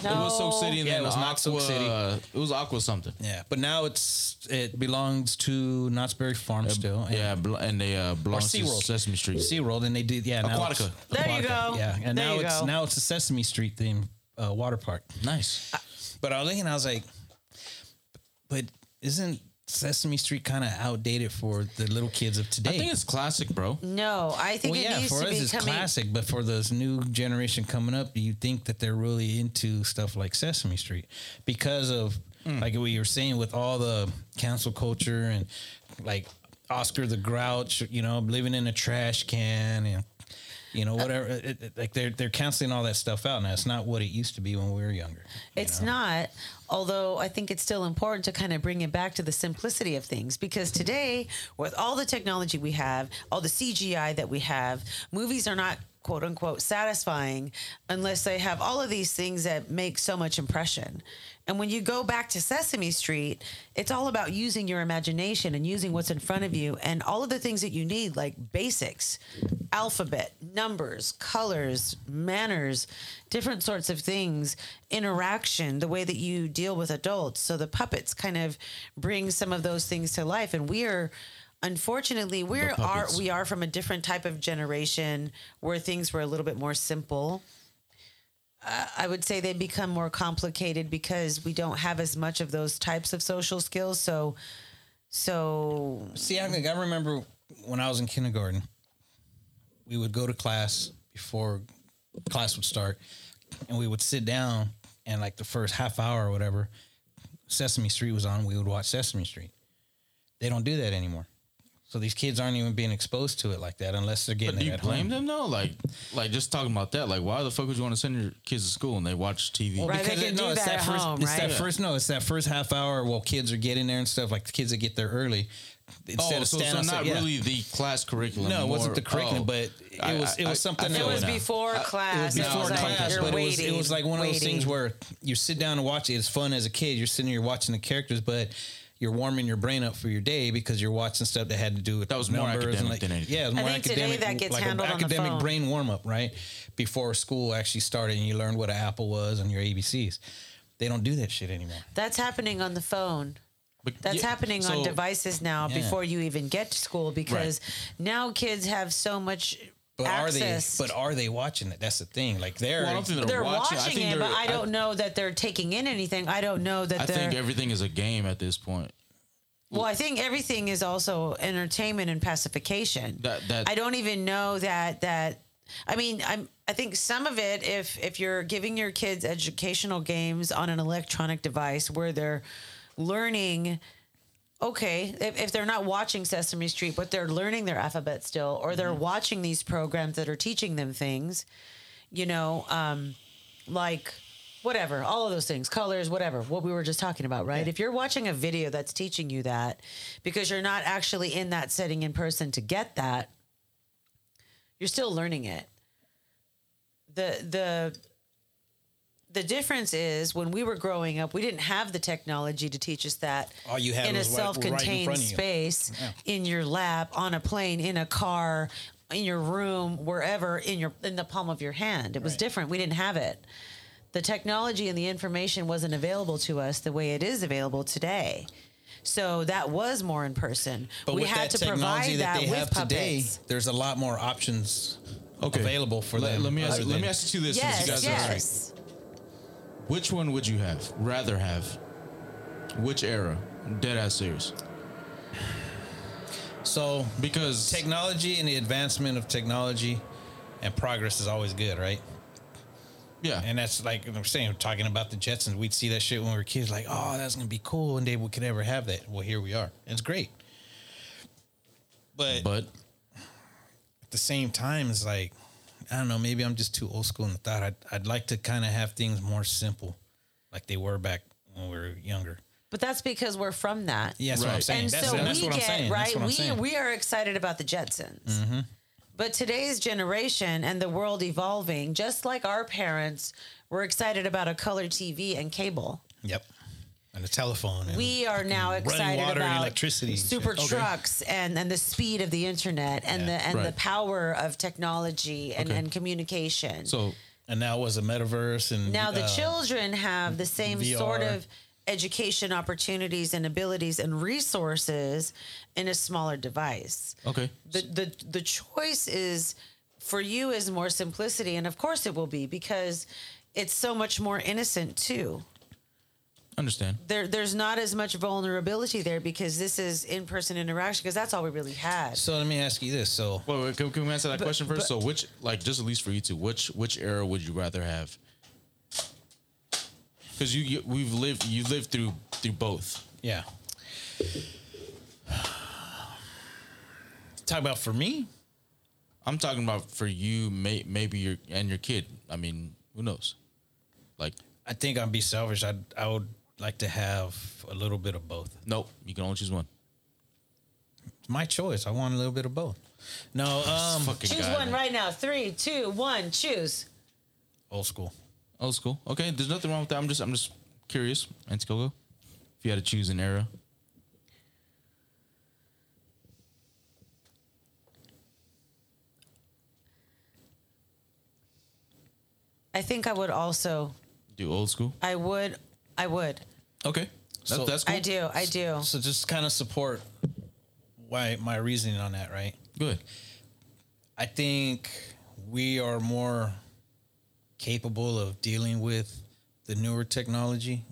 Speaker 1: no.
Speaker 2: It was Soak City and
Speaker 3: Oh, Yeah,
Speaker 2: then
Speaker 3: it was
Speaker 2: Aqua.
Speaker 3: not Soak City.
Speaker 2: It was Aqua something.
Speaker 3: Yeah, but now it's it belongs to Knott's Berry Farm still. and-
Speaker 2: Yeah, bl- and they uh, belong to
Speaker 3: SeaWorld.
Speaker 2: Sesame Street.
Speaker 3: SeaWorld, and they did yeah. now it's-
Speaker 2: Aquatica.
Speaker 1: There you go.
Speaker 3: Yeah, and
Speaker 1: There
Speaker 3: now
Speaker 1: you
Speaker 3: it's
Speaker 1: go.
Speaker 3: now it's a Sesame Street theme uh, water park.
Speaker 2: Nice.
Speaker 3: But I was thinking, I was like, but isn't Sesame Street kind of outdated for the little kids of today?
Speaker 2: I think it's classic, bro.
Speaker 1: No, I think
Speaker 3: well,
Speaker 1: it
Speaker 3: yeah,
Speaker 1: needs
Speaker 3: for
Speaker 1: to
Speaker 3: us
Speaker 1: be
Speaker 3: it's
Speaker 1: coming.
Speaker 3: classic, but for this new generation coming up, do you think that they're really into stuff like Sesame Street because of like what you were saying with all the cancel culture and like Oscar the Grouch, you know, living in a trash can and you
Speaker 2: Uh,
Speaker 3: know whatever, it, it- like they're they're canceling all that stuff out now. It's not what it used to be when we were younger.
Speaker 1: It's not, although I think it's still important to kind of bring it back to the simplicity of things because today, with all the technology we have, all the CGI that we have, movies are not quote unquote satisfying unless they have all of these things that make so much impression. And when you go back to Sesame Street, it's all about using your imagination and using what's in front of you and all of the things that you need, like basics, alphabet, numbers, colors, manners, different sorts of things, interaction, the way that you deal with adults. So the puppets kind of bring some of those things to life. And we are unfortunately we are
Speaker 2: puppets.
Speaker 1: we are from a different type of generation where things were a little bit more simple. I would say they become more complicated because we don't have as much of those types of social skills. So, so
Speaker 3: See, I, like, I remember when I was in kindergarten, we would go to class before class would start, and we would sit down, and like the first half hour or whatever, Sesame Street was on. We would watch Sesame Street. They don't do that anymore. So these kids aren't even being exposed to it like that unless they're getting
Speaker 2: Do
Speaker 3: it
Speaker 2: you
Speaker 3: at
Speaker 2: blame
Speaker 3: home.
Speaker 2: them though? Like, like just talking about that. Like, why the fuck would you want to send your kids to school and they watch TV?
Speaker 3: Well,
Speaker 1: Right, they
Speaker 3: because
Speaker 1: can
Speaker 3: it-
Speaker 1: do
Speaker 3: it's
Speaker 1: that at
Speaker 3: first,
Speaker 1: home,
Speaker 3: it's
Speaker 1: right?
Speaker 3: that first no, it's that first half hour while kids are getting there and stuff. Like the kids that get there early, instead
Speaker 2: oh,
Speaker 3: of
Speaker 2: so,
Speaker 3: standing
Speaker 2: so
Speaker 3: outside-
Speaker 2: not
Speaker 3: yeah.
Speaker 2: really the class curriculum.
Speaker 3: No, it wasn't
Speaker 2: more-
Speaker 3: the curriculum,
Speaker 2: oh.
Speaker 3: but
Speaker 2: I-
Speaker 3: it was it
Speaker 2: I- I-
Speaker 3: was something
Speaker 2: I
Speaker 1: it
Speaker 2: feel
Speaker 3: else.
Speaker 1: was
Speaker 2: now.
Speaker 3: Uh,
Speaker 1: before class.
Speaker 2: before
Speaker 1: was
Speaker 2: class,
Speaker 1: like, you're
Speaker 3: but it was,
Speaker 1: waiting.
Speaker 3: it was like one of those things
Speaker 1: waiting.
Speaker 3: where you sit down and watch it. It's fun as a kid. You're sitting here watching the characters, but you're warming your brain up for your day because you're watching stuff that had to do with that
Speaker 2: was more academic than anything.
Speaker 3: Yeah, it was more
Speaker 1: think today
Speaker 3: academic.
Speaker 1: that gets
Speaker 3: like an
Speaker 1: handled on the
Speaker 3: academic
Speaker 1: phone.
Speaker 3: brain warm up, right? Before school actually started, and you learned what an apple was and your ABCs. They don't do that shit anymore.
Speaker 1: that's happening on the phone.
Speaker 2: But
Speaker 1: That's
Speaker 2: yeah,
Speaker 1: happening
Speaker 2: so-
Speaker 1: on devices now
Speaker 3: Yeah.
Speaker 1: before you even get to school because now kids have so much
Speaker 3: But
Speaker 1: access.
Speaker 3: are they? But are they watching it? That's the thing. Like they're
Speaker 2: Well, I don't think they're,
Speaker 1: they're watching,
Speaker 2: watching. I think
Speaker 1: it,
Speaker 2: they're-
Speaker 1: but I don't know that they're taking in anything. I don't know that
Speaker 2: I
Speaker 1: they're.
Speaker 2: think everything is a game at this point.
Speaker 1: Well, I think everything is also entertainment and pacification.
Speaker 2: That- that-
Speaker 1: I don't even know that that. I mean, I'm. I think some of it, if if you're giving your kids educational games on an electronic device where they're learning, okay, if, if they're not watching Sesame Street, but they're learning their alphabet still, or they're
Speaker 2: Mm-hmm.
Speaker 1: watching these programs that are teaching them things, you know, um, like whatever, all of those things, colors, whatever, what we were just talking about, right? If you're watching a video that's teaching you that because you're not actually in that setting in person to get that, you're still learning it. The the the difference is when we were growing up, we didn't have the technology to teach us that
Speaker 3: All you had
Speaker 1: in a
Speaker 3: was right- right in front
Speaker 1: self-contained
Speaker 3: of you.
Speaker 1: space in your lap, on a plane, in a car, in your room, wherever, in your in the palm of your hand. It was different. We didn't have it the technology and the information wasn't available to us the way it is available today. So that was more in person.
Speaker 3: But
Speaker 1: we
Speaker 3: with
Speaker 1: had
Speaker 3: that
Speaker 1: to
Speaker 3: technology
Speaker 1: provide that,
Speaker 3: that they
Speaker 1: with
Speaker 3: have today,
Speaker 1: puppets.
Speaker 3: there's a lot more options available for
Speaker 2: let,
Speaker 3: them.
Speaker 2: Let me ask.
Speaker 3: other
Speaker 2: let
Speaker 3: than-
Speaker 2: me ask you this. since you
Speaker 1: Yes,
Speaker 2: guys are here.
Speaker 1: yes.
Speaker 2: Which one would you have? Rather have? Which era? Dead ass serious.
Speaker 3: So
Speaker 2: Because
Speaker 3: technology and the advancement of technology and progress is always good, right?
Speaker 2: yeah,
Speaker 3: And that's like I'm saying, talking about the Jetsons, we'd see that shit when we were kids, like, oh, that's gonna be cool, and they we could ever have that. Well, here we are. And it's great. But,
Speaker 2: but
Speaker 3: at the same time, it's like, I don't know, maybe I'm just too old school in the thought. I'd, I'd like to kind of have things more simple, like they were back when we were younger.
Speaker 1: But that's because we're from that.
Speaker 3: Yeah, that's what I'm
Speaker 2: Right.
Speaker 3: saying.
Speaker 1: And
Speaker 3: That's,
Speaker 1: so
Speaker 3: that's
Speaker 1: we
Speaker 3: what I'm
Speaker 1: get
Speaker 3: saying. That's
Speaker 1: right.
Speaker 3: what I'm
Speaker 1: We
Speaker 3: saying. Mm-hmm.
Speaker 1: we are excited about the Jetsons, but today's generation and the world evolving, just like our parents, were excited about a color TV and cable.
Speaker 3: Yep. And the telephone. And
Speaker 1: we are now excited
Speaker 3: water and
Speaker 1: about
Speaker 3: electricity and
Speaker 1: super
Speaker 3: shit. Okay.
Speaker 1: trucks and and the speed of the internet and the and the
Speaker 2: Right.
Speaker 1: power of technology and,
Speaker 2: Okay.
Speaker 1: and communication.
Speaker 2: so
Speaker 3: and now it was a metaverse and
Speaker 1: now the
Speaker 3: uh,
Speaker 1: children have the same sort
Speaker 3: VR.
Speaker 1: of education opportunities and abilities and resources in a smaller device.
Speaker 2: okay.
Speaker 1: The the the choice is for you is more simplicity and of course it will be because it's so much more innocent too
Speaker 2: Understand.
Speaker 1: there there's not as much vulnerability there because this is in person interaction because that's all we really had.
Speaker 3: So let me ask you this. So
Speaker 2: Wait, wait, can, can we answer that question first? so which, like, just at least for you two, which which era would you rather have? Because you, you we've lived you lived through through both.
Speaker 3: yeah. Talk about for me.
Speaker 2: I'm talking about for you, may, maybe your and your kid. I mean, who knows? Like,
Speaker 3: I think I'd be selfish. I'd I would like to have a little bit of both.
Speaker 2: nope, you can only choose one.
Speaker 3: It's my choice. I want a little bit of both. No, um,
Speaker 2: Fucking
Speaker 1: Choose
Speaker 2: guy,
Speaker 1: one
Speaker 2: man.
Speaker 1: right now. Three, two, one. Choose.
Speaker 3: old school.
Speaker 2: Old school. Oh, Okay, there's nothing wrong with that. I'm just I'm just curious. Anticogo, if you had to choose an era,
Speaker 1: I think I would also.
Speaker 2: do old school.
Speaker 1: I would. I would.
Speaker 2: Okay, that's,
Speaker 3: So-
Speaker 2: that's cool.
Speaker 1: I do. I do.
Speaker 3: So just kind of support why my reasoning on that, right?
Speaker 2: Good.
Speaker 3: I think we are more capable of dealing with the newer technology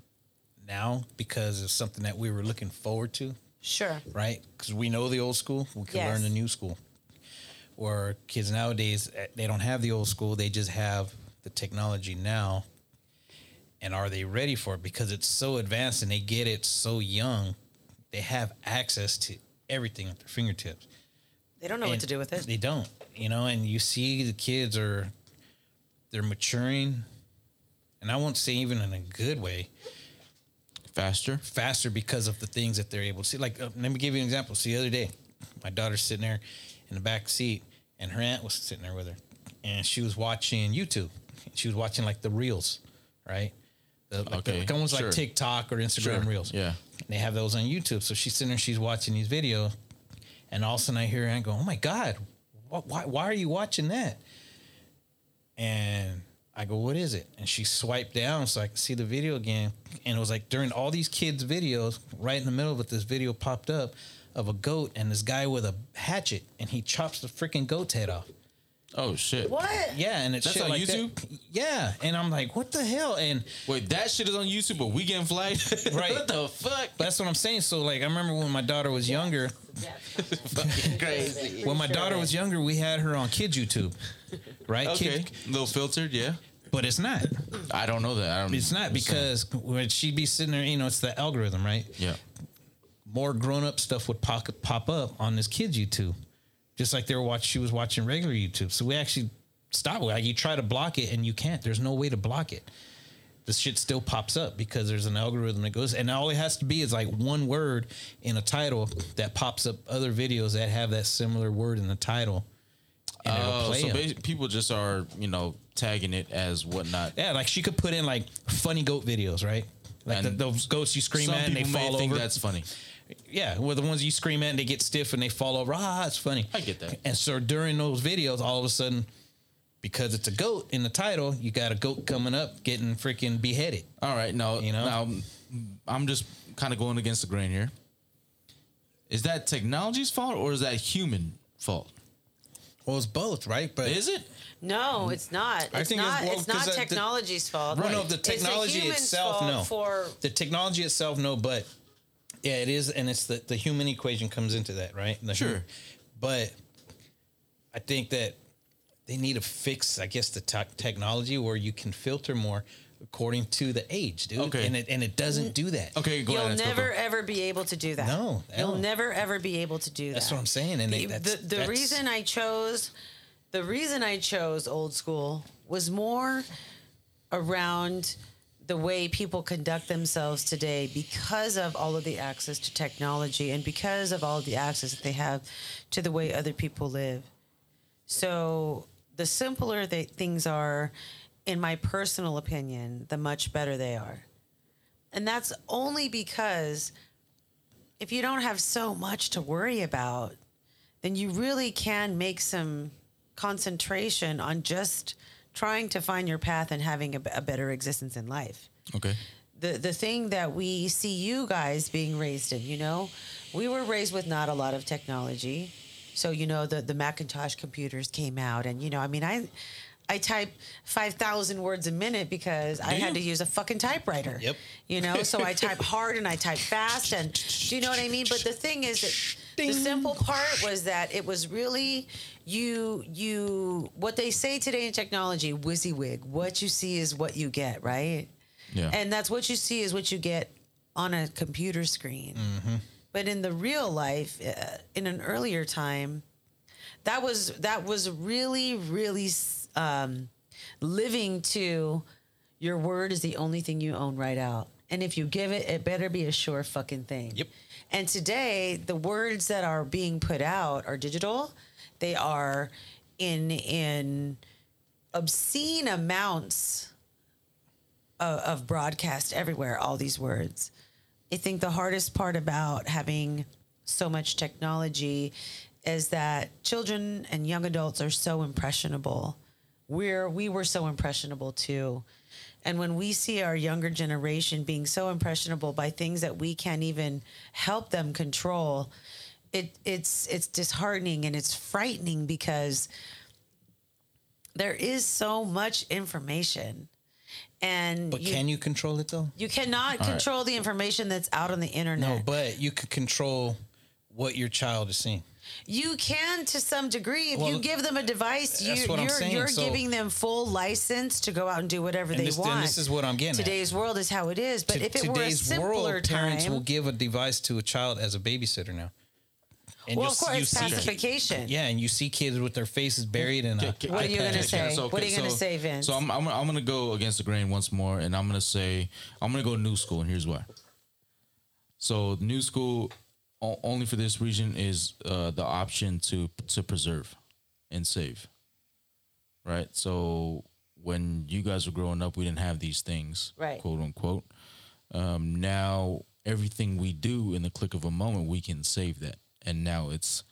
Speaker 3: now because it's something that we were looking forward to,
Speaker 1: Sure.
Speaker 3: right? Because we know the old school, we can
Speaker 1: Yes.
Speaker 3: learn the new school. Or kids nowadays, eh, they don't have the old school, they just have the technology now. And are they ready for it? Because it's so advanced and they get it so young, they have access to everything at their fingertips
Speaker 1: They don't know what
Speaker 3: and
Speaker 1: to do with it.
Speaker 3: They don't, you know. And you see the kids are they're maturing, and I won't say even in a good way,
Speaker 2: Faster.
Speaker 3: faster because of the things that they're able to see. Like, uh, let me give you an example. So the other day, my daughter's sitting there in the back seat, and her aunt was sitting there with her, and she was watching YouTube. She was watching like the reels, right? The, like
Speaker 2: Okay,
Speaker 3: the, like almost
Speaker 2: sure.
Speaker 3: like TikTok or Instagram
Speaker 2: Sure,
Speaker 3: reels.
Speaker 2: yeah.
Speaker 3: And they have those on YouTube. So she's sitting there, she's watching these videos, and all of a sudden I hear her aunt go, "Oh my God, wh- why why are you watching that?" And I go, what is it? And she swiped down so I could see the video again. And it was like during all these kids' videos, right in the middle of it, this video popped up of a goat and this guy with a hatchet and he chops the freaking goat's head off.
Speaker 2: Oh shit!
Speaker 1: What?
Speaker 3: Yeah, and it's
Speaker 2: That's
Speaker 3: shit
Speaker 2: on
Speaker 3: like that.
Speaker 2: YouTube?
Speaker 3: Yeah, and I'm like, what the hell? And
Speaker 2: Wait, that shit is on YouTube, but we getting flight.
Speaker 3: Right.
Speaker 2: what the fuck?
Speaker 3: that's what I'm saying. So like, I remember when my daughter was younger.
Speaker 2: Fucking crazy.
Speaker 3: When my daughter was younger, we had her on Kid YouTube, right?
Speaker 2: Okay,
Speaker 3: Kid,
Speaker 2: little filtered, yeah.
Speaker 3: but it's not.
Speaker 2: I don't know that. I don't.
Speaker 3: It's not because when she'd be sitting there, you know, it's the algorithm, right?
Speaker 2: Yeah.
Speaker 3: More grown up stuff would pop pop up on this Kids YouTube, just like they were watching. She was watching regular YouTube, so we actually stopped. Like you try to block it, and you can't. There's no way to block it. the shit still pops up because there's an algorithm that goes and all it has to be is like one word in a title that pops up other videos that have that similar word in the title and it'll
Speaker 2: Oh,
Speaker 3: play
Speaker 2: so
Speaker 3: 'em.
Speaker 2: basi- people just are you know tagging it as whatnot.
Speaker 3: yeah like she could put in like funny goat videos right like the,
Speaker 2: And
Speaker 3: those goats you scream
Speaker 2: Some
Speaker 3: at and they
Speaker 2: people may
Speaker 3: fall
Speaker 2: think
Speaker 3: over
Speaker 2: that's funny.
Speaker 3: yeah well the ones you scream at and they get stiff and they fall over ah it's funny
Speaker 2: I get that.
Speaker 3: and so during those videos all of a sudden because it's a goat in the title you got a goat coming up getting freaking beheaded
Speaker 2: All right, now
Speaker 3: You know?
Speaker 2: now mm, I'm just kind of going against the grain here. Is that technology's fault or is that human fault?
Speaker 3: well it's both right but
Speaker 2: Is it?
Speaker 1: No, it's not. It's
Speaker 3: I think it's-
Speaker 1: not.
Speaker 3: well,
Speaker 1: It's, not
Speaker 3: 'cause, uh, the-
Speaker 1: technology's fault.
Speaker 3: Well, no,
Speaker 1: It's
Speaker 3: the
Speaker 1: the
Speaker 3: technology
Speaker 1: human's
Speaker 3: itself,
Speaker 1: fault
Speaker 3: no.
Speaker 1: For
Speaker 3: the technology itself, no, but yeah, it is, and it's the the human equation comes into that, right? The
Speaker 2: Sure.
Speaker 3: hum- but I think that they need to fix, I guess, the tech technology where you can filter more according to the age, dude.
Speaker 2: Okay.
Speaker 3: and it and it doesn't do that.
Speaker 2: Okay, go
Speaker 1: you'll
Speaker 2: ahead. let's go,
Speaker 1: never
Speaker 2: go.
Speaker 1: ever be able to do that.
Speaker 3: No,
Speaker 1: you'll
Speaker 3: hell.
Speaker 1: never ever be able to do that.
Speaker 3: That's what I'm saying, and they,
Speaker 1: The-
Speaker 3: that's,
Speaker 1: the the
Speaker 3: that's-
Speaker 1: reason I chose the reason I chose old school was more around the way people conduct themselves today because of all of the access to technology and because of all of the access that they have to the way other people live. So the simpler they, things are, in my personal opinion, the much better they are. And that's only because if you don't have so much to worry about, then you really can make some concentration on just trying to find your path and having a, b- a better existence in life.
Speaker 2: Okay.
Speaker 1: The the thing that we see you guys being raised in, you know, we were raised with not a lot of technology. So you know the the Macintosh computers came out, and you know, I mean, I. I type 5,000 words a minute because I had to use a fucking typewriter.
Speaker 3: Yep.
Speaker 1: You know, so I type hard and I type fast. And do you know what I mean? But the thing is that the simple part was that it was really you you what they say today in technology WYSIWYG what you see is what you get right
Speaker 2: Yeah.
Speaker 1: and that's what you see is what you get on a computer screen but in the real life uh, in an earlier time that was that was really really s- um, living to your word is the only thing you own right out and if you give it it better be a sure fucking thing
Speaker 3: Yep.
Speaker 1: and today the words that are being put out are digital they are in in obscene amounts of, of broadcast everywhere all these words I think the hardest part about having so much technology is that children and young adults are so impressionable. We're we were so impressionable too. And when we see our younger generation being so impressionable by things that we can't even help them control, it it's it's disheartening and it's frightening because there is so much information. And
Speaker 3: But can you control it though?
Speaker 1: you cannot control the information that's out on the internet.
Speaker 3: No, but you could control what your child is seeing.
Speaker 1: you can to some degree if you
Speaker 3: Well,
Speaker 1: give them a device. You,
Speaker 3: that's what I'm
Speaker 1: you're
Speaker 3: saying,
Speaker 1: you're
Speaker 3: so-
Speaker 1: giving them full license to go out and do whatever they
Speaker 3: this- and
Speaker 1: want.
Speaker 3: this is what I'm getting at.
Speaker 1: Today's world is how it is, but
Speaker 3: To-
Speaker 1: if it were a simpler
Speaker 3: parents
Speaker 1: time,
Speaker 3: will give a device to a child as a babysitter now. And
Speaker 1: well,
Speaker 3: you'll
Speaker 1: of
Speaker 3: s- you
Speaker 1: course,
Speaker 3: see ki-
Speaker 1: pacification.
Speaker 3: Yeah, and you see kids with their faces buried in a.
Speaker 2: Okay,
Speaker 1: What are you
Speaker 3: iPad.
Speaker 1: gonna say?
Speaker 2: So,
Speaker 1: What are you gonna
Speaker 2: so-
Speaker 1: say, Vince?
Speaker 2: So I'm, I'm I'm gonna go against the grain once more, and I'm gonna say I'm gonna go new school, and here's why. So new school o- only for this region is uh, the option to to preserve and save, right? So when you guys were growing up, we didn't have these things,
Speaker 1: Right.
Speaker 2: Quote unquote. Um, now everything we do in the click of a moment, we can save that, and now it's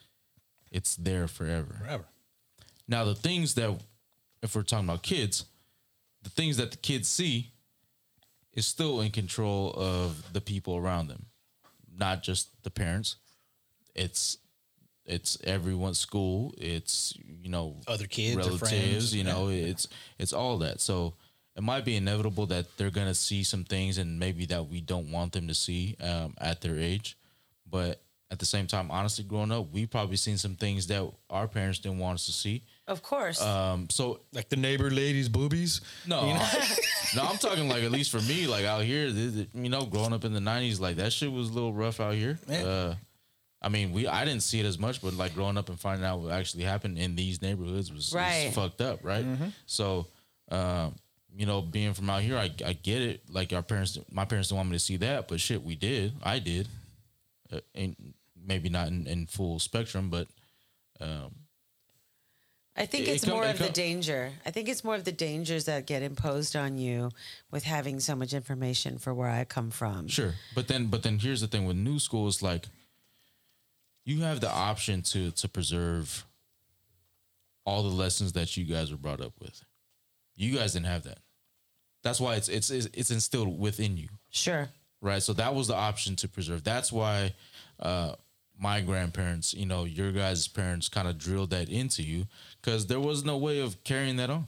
Speaker 2: it's there forever.
Speaker 3: Forever.
Speaker 2: Now, the things that, if we're talking about kids, the things that the kids see is still in control of the people around them, not just the parents. It's it's everyone's school. It's you know
Speaker 3: Other kids or
Speaker 2: relatives.
Speaker 3: friends.
Speaker 2: You know, it's it's all that. So it might be inevitable that they're gonna see some things and maybe that we don't want them to see um, at their age. But at the same time, honestly, growing up, we probably seen some things that our parents didn't want us to see.
Speaker 1: Of course.
Speaker 3: Uh,
Speaker 2: Um, so
Speaker 3: Like the neighbor lady's boobies.
Speaker 2: no, no, I'm talking like at least for me, like out here, th- th- you know, growing up in the '90s, like that shit was a little rough out here.
Speaker 3: Yeah.
Speaker 2: Uh, I mean, we I didn't see it as much, but like growing up and finding out what actually happened in these neighborhoods was, was
Speaker 1: Right.
Speaker 2: fucked up, right? So, um, you know, being from out here, I, I get it. Like our parents, my parents didn't want me to see that, but shit, we did. I did, uh, and maybe not in, in full spectrum, but
Speaker 1: I think
Speaker 2: it
Speaker 1: it's
Speaker 2: come-
Speaker 1: more
Speaker 2: it
Speaker 1: of the
Speaker 2: come-
Speaker 1: danger. I think it's more of the dangers that get imposed on you with having so much information for where I come from.
Speaker 2: Sure, but then but then here's the thing with new school is like you have the option to to preserve all the lessons that you guys were brought up with. You guys didn't have that. That's why it's it's it's it's instilled within you,
Speaker 1: Sure.
Speaker 2: right? So that was the option to preserve. That's why uh my grandparents, you know, your guys' parents kind of drilled that into you because there was no way of carrying that on.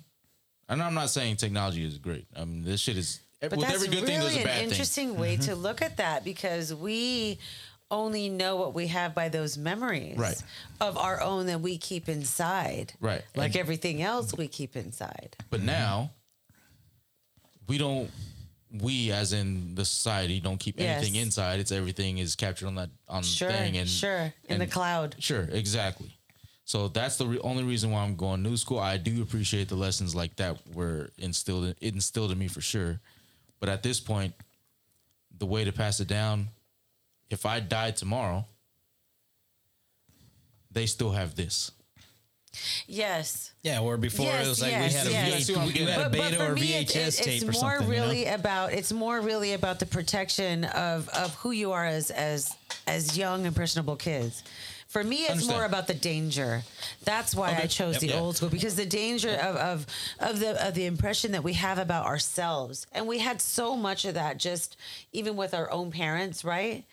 Speaker 2: And I'm not saying technology is great. I mean, this shit is
Speaker 1: But
Speaker 2: with
Speaker 1: that's
Speaker 2: every good
Speaker 1: really
Speaker 2: thing, there's a
Speaker 1: an
Speaker 2: bad thing.
Speaker 1: interesting way to
Speaker 3: Mm-hmm.
Speaker 1: look at that because we only know what we have by those memories
Speaker 2: Right.
Speaker 1: of our own that we keep inside.
Speaker 2: Right.
Speaker 1: Like
Speaker 2: And-
Speaker 1: everything else we keep inside.
Speaker 2: But now we don't we as in the society don't keep
Speaker 1: Yes.
Speaker 2: anything inside. It's everything is captured on that on the
Speaker 3: Mm,
Speaker 1: Sure.
Speaker 2: thing and
Speaker 1: sure. In the
Speaker 2: and-
Speaker 1: cloud.
Speaker 2: Sure, exactly. So that's the re- only reason why I'm going new school. I do appreciate the lessons like that were instilled in, instilled in me for sure. But at this point, the way to pass it down, if I die tomorrow, they still have this.
Speaker 1: Yes.
Speaker 3: Yeah, or before
Speaker 1: Yes,
Speaker 3: it was like
Speaker 1: yes,
Speaker 3: we had a,
Speaker 1: yes.
Speaker 3: VH
Speaker 2: You guys see what I'm
Speaker 3: we
Speaker 2: getting
Speaker 3: had
Speaker 2: at?
Speaker 3: a beta or VHS tape or
Speaker 1: more
Speaker 3: something. you know?
Speaker 1: really about it's more really about the protection of of who you are as as as young impressionable kids. For me, it's
Speaker 2: Understand.
Speaker 1: more about the danger. That's why I
Speaker 2: Okay.
Speaker 1: chose
Speaker 2: Yep.
Speaker 1: the
Speaker 2: Yeah.
Speaker 1: old school because the danger of, of of the of the impression that we have about ourselves, and we had so much of that just even with our own parents, right?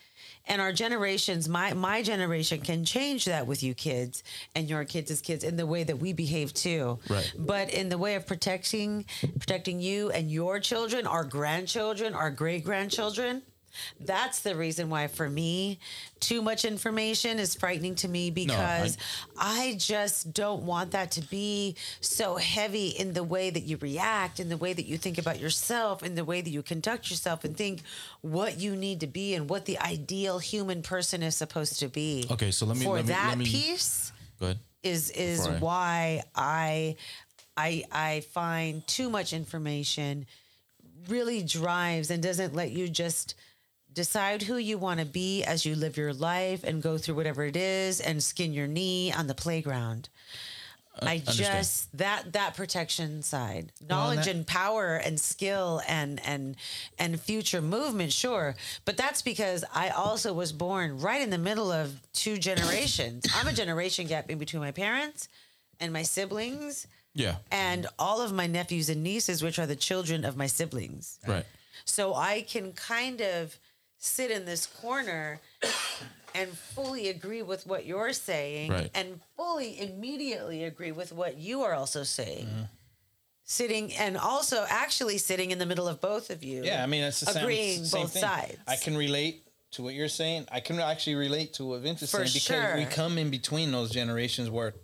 Speaker 1: And our generations, my my generation can change that with you kids and your kids as kids in the way that we behave too
Speaker 2: Right.
Speaker 1: but in the way of protecting protecting you and your children our grandchildren our great grandchildren that's the reason why for me too much information is frightening to me because I, just don't want that to be so heavy in the way that you react in the way that you think about yourself in the way that you conduct yourself and think what you need to be and what the ideal human person is supposed to be
Speaker 2: Okay, so let me-
Speaker 1: for
Speaker 2: let me- let
Speaker 1: that
Speaker 2: me-
Speaker 1: piece
Speaker 2: Go ahead.
Speaker 1: is is
Speaker 2: Before I-
Speaker 1: why I I I find too much information really drives and doesn't let you just decide who you want to be as you live your life and go through whatever it is and skin your knee on the playground. I
Speaker 2: understand.
Speaker 1: just that that protection side,
Speaker 3: and
Speaker 1: knowledge
Speaker 3: that-
Speaker 1: and power and skill and and and future movement, sure. But that's because I also was born right in the middle of two generations. I'm a generation gap in between my parents and my siblings
Speaker 2: Yeah.
Speaker 1: and all of my nephews and nieces, which are the children of my siblings.
Speaker 2: Right.
Speaker 1: So I can kind of sit in this corner and fully agree with what you're saying
Speaker 2: Right.
Speaker 1: and fully immediately agree with what you are also saying.
Speaker 2: Mm-hmm.
Speaker 1: Sitting and also actually sitting in the middle of both of you.
Speaker 3: Yeah, I mean that's the same-
Speaker 1: agreeing
Speaker 3: same
Speaker 1: both
Speaker 3: thing.
Speaker 1: sides.
Speaker 3: I can relate to what you're saying. I can actually relate to what Vince is
Speaker 1: For
Speaker 3: saying because we
Speaker 1: sure.
Speaker 3: come in between those generations where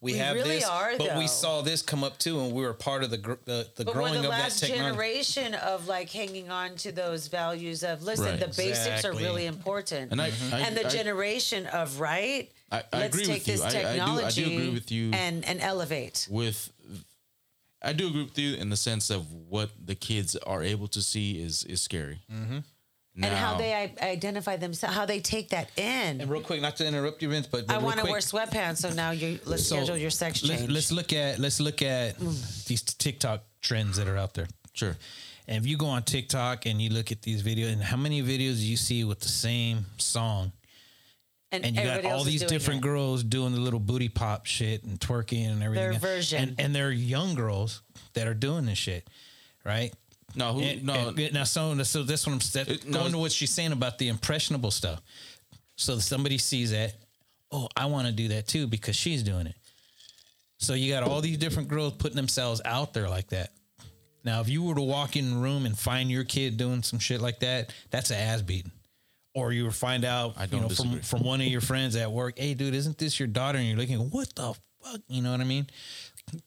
Speaker 3: we,
Speaker 1: We
Speaker 3: have
Speaker 1: really
Speaker 3: this,
Speaker 1: are,
Speaker 3: but
Speaker 1: though.
Speaker 3: we saw this come up too, and we were part of the gr- the, the
Speaker 1: but we're
Speaker 3: growing
Speaker 1: the
Speaker 3: of
Speaker 1: last
Speaker 3: that technology.
Speaker 1: generation of like hanging on to those values of listen,
Speaker 2: Right.
Speaker 1: the basics are
Speaker 3: Exactly.
Speaker 1: really important.
Speaker 2: And I-
Speaker 3: Mm-hmm.
Speaker 2: I-
Speaker 1: and the
Speaker 2: I-
Speaker 1: generation of right.
Speaker 2: I- I
Speaker 1: let's
Speaker 2: agree
Speaker 1: take
Speaker 2: with you.
Speaker 1: this
Speaker 2: I- I do- I do
Speaker 1: technology
Speaker 2: agree with you.
Speaker 1: and and elevate.
Speaker 2: with I do agree with you in the sense of what the kids are able to see is is scary. Mm-hmm. Now,
Speaker 1: and how they i- identify themselves, how they take that in.
Speaker 3: And real quick, not to interrupt you, Vince, but, but
Speaker 1: I
Speaker 3: real
Speaker 1: want to
Speaker 3: quick,
Speaker 1: wear sweatpants, so now you let's
Speaker 3: so
Speaker 1: schedule your sex
Speaker 3: let-
Speaker 1: change.
Speaker 3: Let's look at let's look at these TikTok trends that are out there.
Speaker 2: sure
Speaker 3: And if you go on TikTok and you look at these videos, and how many videos you see with the same song, and you got
Speaker 1: everybody
Speaker 3: all
Speaker 1: else is
Speaker 3: these
Speaker 1: doing
Speaker 3: different
Speaker 1: it.
Speaker 3: girls doing the little booty pop shit and twerking and everything.
Speaker 1: Their
Speaker 3: And-
Speaker 1: version.
Speaker 3: And, and they're young girls that are doing this shit, right?
Speaker 2: no who,
Speaker 3: And-
Speaker 2: no
Speaker 3: and- now, so so that's what I'm that,
Speaker 2: It- no.
Speaker 3: going to what she's saying about the impressionable stuff. So somebody sees that. oh, I want to do that too because she's doing it. So you got all these different girls putting themselves out there like that. Now, if you were to walk in a room and find your kid doing some shit like that, that's an ass beating. Or you would find out,
Speaker 2: I don't
Speaker 3: you know, from,
Speaker 2: disagree.
Speaker 3: from one of your friends at work, hey, dude, isn't this your daughter? And you're looking, what the fuck? You know what I mean?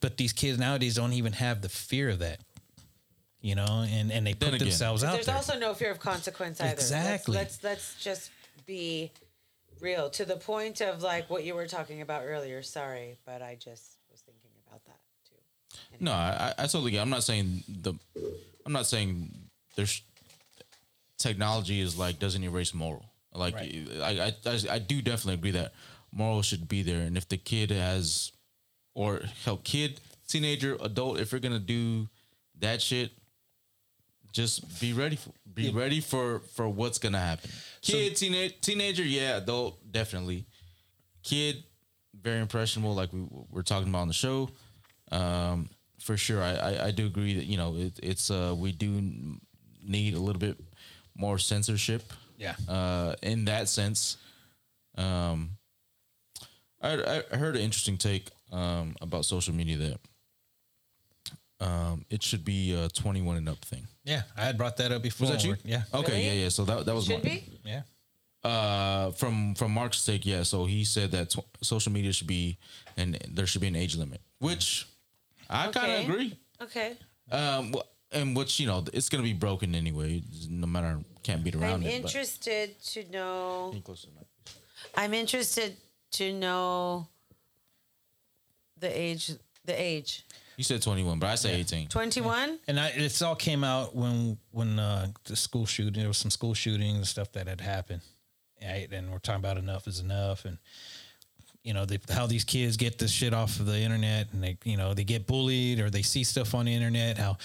Speaker 3: But these kids nowadays don't even have the fear of that, you know, and, and they put
Speaker 2: again-
Speaker 3: themselves out
Speaker 1: There's
Speaker 3: there.
Speaker 1: also no fear of consequence either. Let's-
Speaker 3: Exactly.
Speaker 1: Let's, let's just be real to the point of like what you were talking about earlier. Sorry, but I just was thinking about that too.
Speaker 2: No, I, I I totally get. it. I'm not saying the, I'm not saying there's technology is like doesn't erase moral. Like I, I, I I do definitely agree that moral should be there, and if the kid has, or help kid, teenager, adult, if you're gonna do that shit, just be ready for be ready for for what's gonna happen. Kid, teenage, teenager, yeah, adult, definitely. Kid, very impressionable, like we were talking about on the show. Um, for sure, I, I I do agree that you know it, it's uh we do n- need a little bit more censorship.
Speaker 3: Yeah.
Speaker 2: Uh, in that sense, um, I I heard an interesting take um about social media that um it should be a twenty one and up thing.
Speaker 3: yeah, I had brought that up before.
Speaker 2: Was that you? Oh.
Speaker 3: Yeah.
Speaker 2: Okay.
Speaker 1: Really?
Speaker 2: Yeah. Yeah. So that that was
Speaker 1: Should
Speaker 2: my-
Speaker 1: be?
Speaker 3: Yeah.
Speaker 2: uh, from from Mark's take, yeah. So he said that tw- social media should be, and there should be an age limit, which I kind of
Speaker 1: Okay.
Speaker 2: agree.
Speaker 1: Okay.
Speaker 2: Um, wh- and which you know, it's gonna be broken anyway. No matter, can't beat around
Speaker 1: I'm
Speaker 2: it. but-
Speaker 1: interested to know.
Speaker 2: Getting close to the mic.
Speaker 1: I'm interested to know the age. The age
Speaker 2: You said twenty-one, but I say eighteen.
Speaker 1: 21.
Speaker 3: And I, this all came out when when uh, the school shooting. There was some school shootings and stuff that had happened, right? And we're talking about enough is enough, and you know they, how these kids get this shit off of the internet, and they you know they get bullied or they see stuff on the internet. How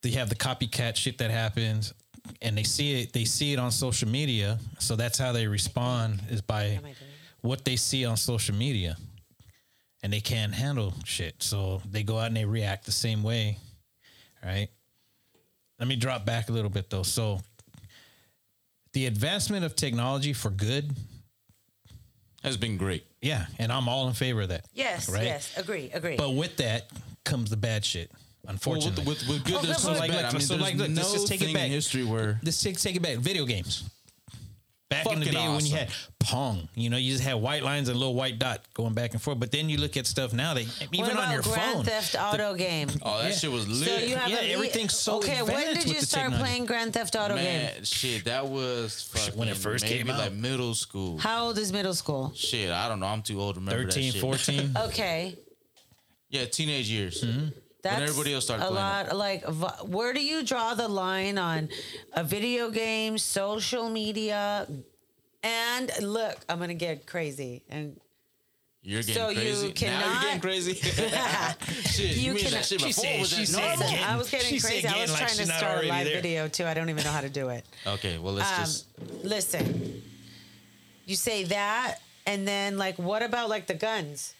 Speaker 3: they have the copycat shit that happens, and they see it. They see it on social media, so that's how they respond is by
Speaker 1: I doing?
Speaker 3: what they see on social media, and they can't handle shit, so they go out and they react the same way right? Let me drop back a little bit though. So, the advancement of technology for good,
Speaker 2: Has been great.
Speaker 3: yeah, and I'm all in favor of that.
Speaker 1: Yes.
Speaker 3: Right?
Speaker 1: Yes. Agree. Agree.
Speaker 3: But with that comes the bad shit,
Speaker 2: Well, with,
Speaker 3: unfortunately.
Speaker 2: with, with good,
Speaker 3: Oh,
Speaker 2: there's
Speaker 3: so
Speaker 2: like,
Speaker 3: like-
Speaker 2: bad. I
Speaker 3: like-
Speaker 2: mean,
Speaker 3: so
Speaker 2: there's
Speaker 3: like, look,
Speaker 2: no
Speaker 3: let's just take it
Speaker 2: thing
Speaker 3: back.
Speaker 2: in history where
Speaker 3: Let's take, take it back. Video games. Back in the
Speaker 2: Fucking
Speaker 3: day when you
Speaker 2: awesome.
Speaker 3: had Pong, you know, you just had white lines and a little white dot going back and forth. But then you look at stuff now that even
Speaker 1: what about
Speaker 3: on your
Speaker 1: Grand
Speaker 3: phone,
Speaker 1: Theft Auto game?
Speaker 2: oh, that
Speaker 3: Yeah.
Speaker 2: shit was lit.
Speaker 1: So you have
Speaker 3: Yeah,
Speaker 1: a-
Speaker 3: everything's so
Speaker 1: Okay, when
Speaker 3: advanced
Speaker 1: did
Speaker 3: with
Speaker 1: you
Speaker 3: the
Speaker 1: start
Speaker 3: technology.
Speaker 1: playing Grand Theft Auto game?
Speaker 2: Man, shit, that was fucking
Speaker 3: when it first
Speaker 2: maybe
Speaker 3: came
Speaker 2: like
Speaker 3: out.
Speaker 2: middle school.
Speaker 1: How old is middle school?
Speaker 2: Shit, I don't know. I'm too old to remember
Speaker 3: 13,
Speaker 2: that shit.
Speaker 3: 14.
Speaker 1: Okay,
Speaker 2: Yeah, teenage years.
Speaker 3: Mm-hmm.
Speaker 1: that's
Speaker 2: everybody else started
Speaker 1: a
Speaker 2: playing
Speaker 1: lot. Like, v- where do you draw the line on a video game, social media, and look? I'm gonna get crazy, and
Speaker 2: You're getting
Speaker 1: So you
Speaker 2: crazy. Now you're getting
Speaker 1: cannot-
Speaker 2: crazy. shit, you,
Speaker 1: You
Speaker 2: mean
Speaker 1: cannot-
Speaker 2: that shit
Speaker 3: She
Speaker 2: before
Speaker 3: said-
Speaker 2: was
Speaker 3: she
Speaker 2: that
Speaker 3: said
Speaker 1: I
Speaker 2: normal?
Speaker 1: was,
Speaker 3: getting-
Speaker 1: I was getting
Speaker 3: she said
Speaker 1: crazy. I was
Speaker 3: getting like
Speaker 1: trying
Speaker 3: she's
Speaker 1: to
Speaker 3: not
Speaker 1: start a
Speaker 3: already
Speaker 1: live
Speaker 3: there.
Speaker 1: video too. I don't even know how to do it.
Speaker 2: Okay, well let's
Speaker 1: Um,
Speaker 2: just
Speaker 1: listen, you say that, and then like, what about like the guns?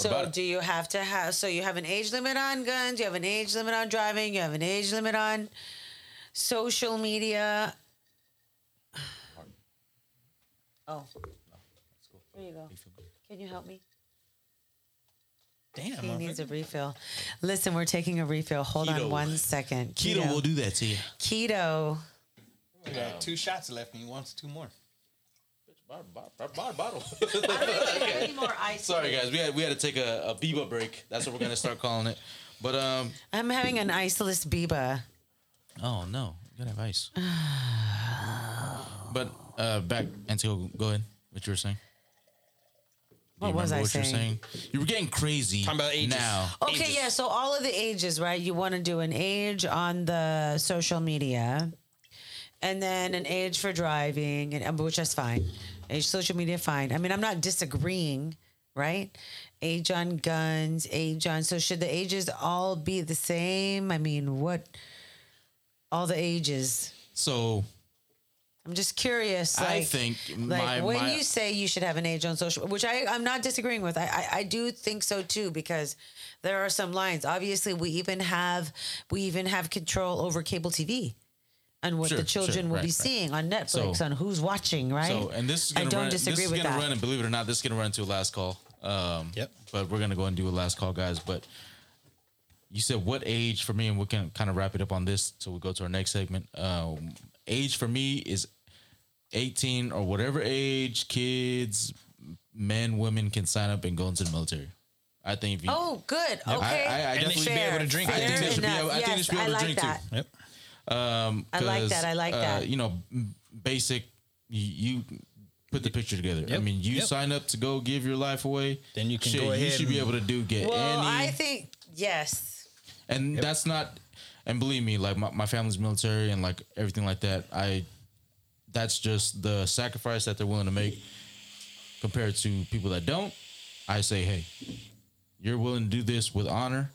Speaker 2: about
Speaker 1: So
Speaker 2: it?
Speaker 1: do you have to have? So you have an age limit on guns. You have an age limit on driving. You have an age limit on social media. Oh, there you go. Can you help me?
Speaker 3: Damn. uh,
Speaker 1: He
Speaker 3: motherfucker.
Speaker 1: needs a refill. Listen, we're taking a refill. Hold
Speaker 2: Keto.
Speaker 1: on one second.
Speaker 2: keto will do that to you.
Speaker 1: Keto.
Speaker 3: I got two shots left. and He wants two more.
Speaker 2: Bottle.
Speaker 1: Any more ice?
Speaker 2: Sorry guys, we had we had to take a, a Biba break. That's what we're gonna start calling it. But um,
Speaker 1: I'm having an iceless Biba.
Speaker 2: oh no, you gotta have ice. but uh, back Antonio, go ahead. What you were saying? Do
Speaker 1: What
Speaker 2: you
Speaker 1: was
Speaker 2: remember
Speaker 1: I
Speaker 2: what you were
Speaker 1: saying?
Speaker 2: saying? You were getting crazy.
Speaker 3: Talking about ages.
Speaker 2: now.
Speaker 1: Okay,
Speaker 3: Ages.
Speaker 1: yeah. So all of the ages, right? You want to do an age on the social media, and then an age for driving, and and- which is fine. Age social media, fine. I mean, I'm not disagreeing, right? Age on guns, age on. So should the ages all be the same? I mean, what? All the ages.
Speaker 2: So
Speaker 1: I'm just curious.
Speaker 2: I
Speaker 1: like-
Speaker 2: think
Speaker 1: like
Speaker 2: my
Speaker 1: when
Speaker 2: my,
Speaker 1: you say you should have an age on social which I, i'm not disagreeing with I, I, I do think so too because there are some lines obviously we even have we even have control over cable tv and what
Speaker 2: Sure,
Speaker 1: the
Speaker 2: sure,
Speaker 1: children will
Speaker 2: right,
Speaker 1: be
Speaker 2: right.
Speaker 1: seeing on Netflix,
Speaker 2: So-
Speaker 1: on who's watching, right?
Speaker 2: So, and this is
Speaker 1: I
Speaker 2: gonna
Speaker 1: don't
Speaker 2: run,
Speaker 1: disagree
Speaker 2: this is
Speaker 1: with
Speaker 2: gonna
Speaker 1: that.
Speaker 2: run, and believe it or not, this is gonna run into a last call. Um,
Speaker 3: Yep.
Speaker 2: But we're gonna go and do a last call, guys. But you said what age for me, and we can kind of wrap it up on this, so we go to our next segment. Um, age for me is eighteen or whatever age kids, men, women can sign up and go into the military. I think if you,
Speaker 1: oh, good. Okay.
Speaker 2: I- I
Speaker 1: Fair.
Speaker 2: definitely
Speaker 3: be able to drink
Speaker 1: Fair
Speaker 3: it. I think they
Speaker 2: should be
Speaker 1: enough.
Speaker 2: able- I think they
Speaker 1: Yes,
Speaker 2: should be able to
Speaker 1: like
Speaker 2: drink too.
Speaker 1: that.
Speaker 3: Yep.
Speaker 1: I like
Speaker 2: 'cause,
Speaker 1: that. I like
Speaker 2: uh,
Speaker 1: that.
Speaker 2: You know, m- basic. You, you put the picture together. I
Speaker 3: Yep.
Speaker 2: mean, you
Speaker 3: Yep.
Speaker 2: sign up to go give your life away.
Speaker 3: Then you can
Speaker 2: shit,
Speaker 3: go
Speaker 2: You
Speaker 3: ahead
Speaker 2: should be
Speaker 3: and-
Speaker 2: able to do get
Speaker 1: Well,
Speaker 2: uh, any.
Speaker 1: I think yes.
Speaker 2: and that's not. And believe me, like my, my family's military and like everything like that. I. That's just the sacrifice that they're willing to make, compared to people that don't. I say, hey, you're willing to do this with honor,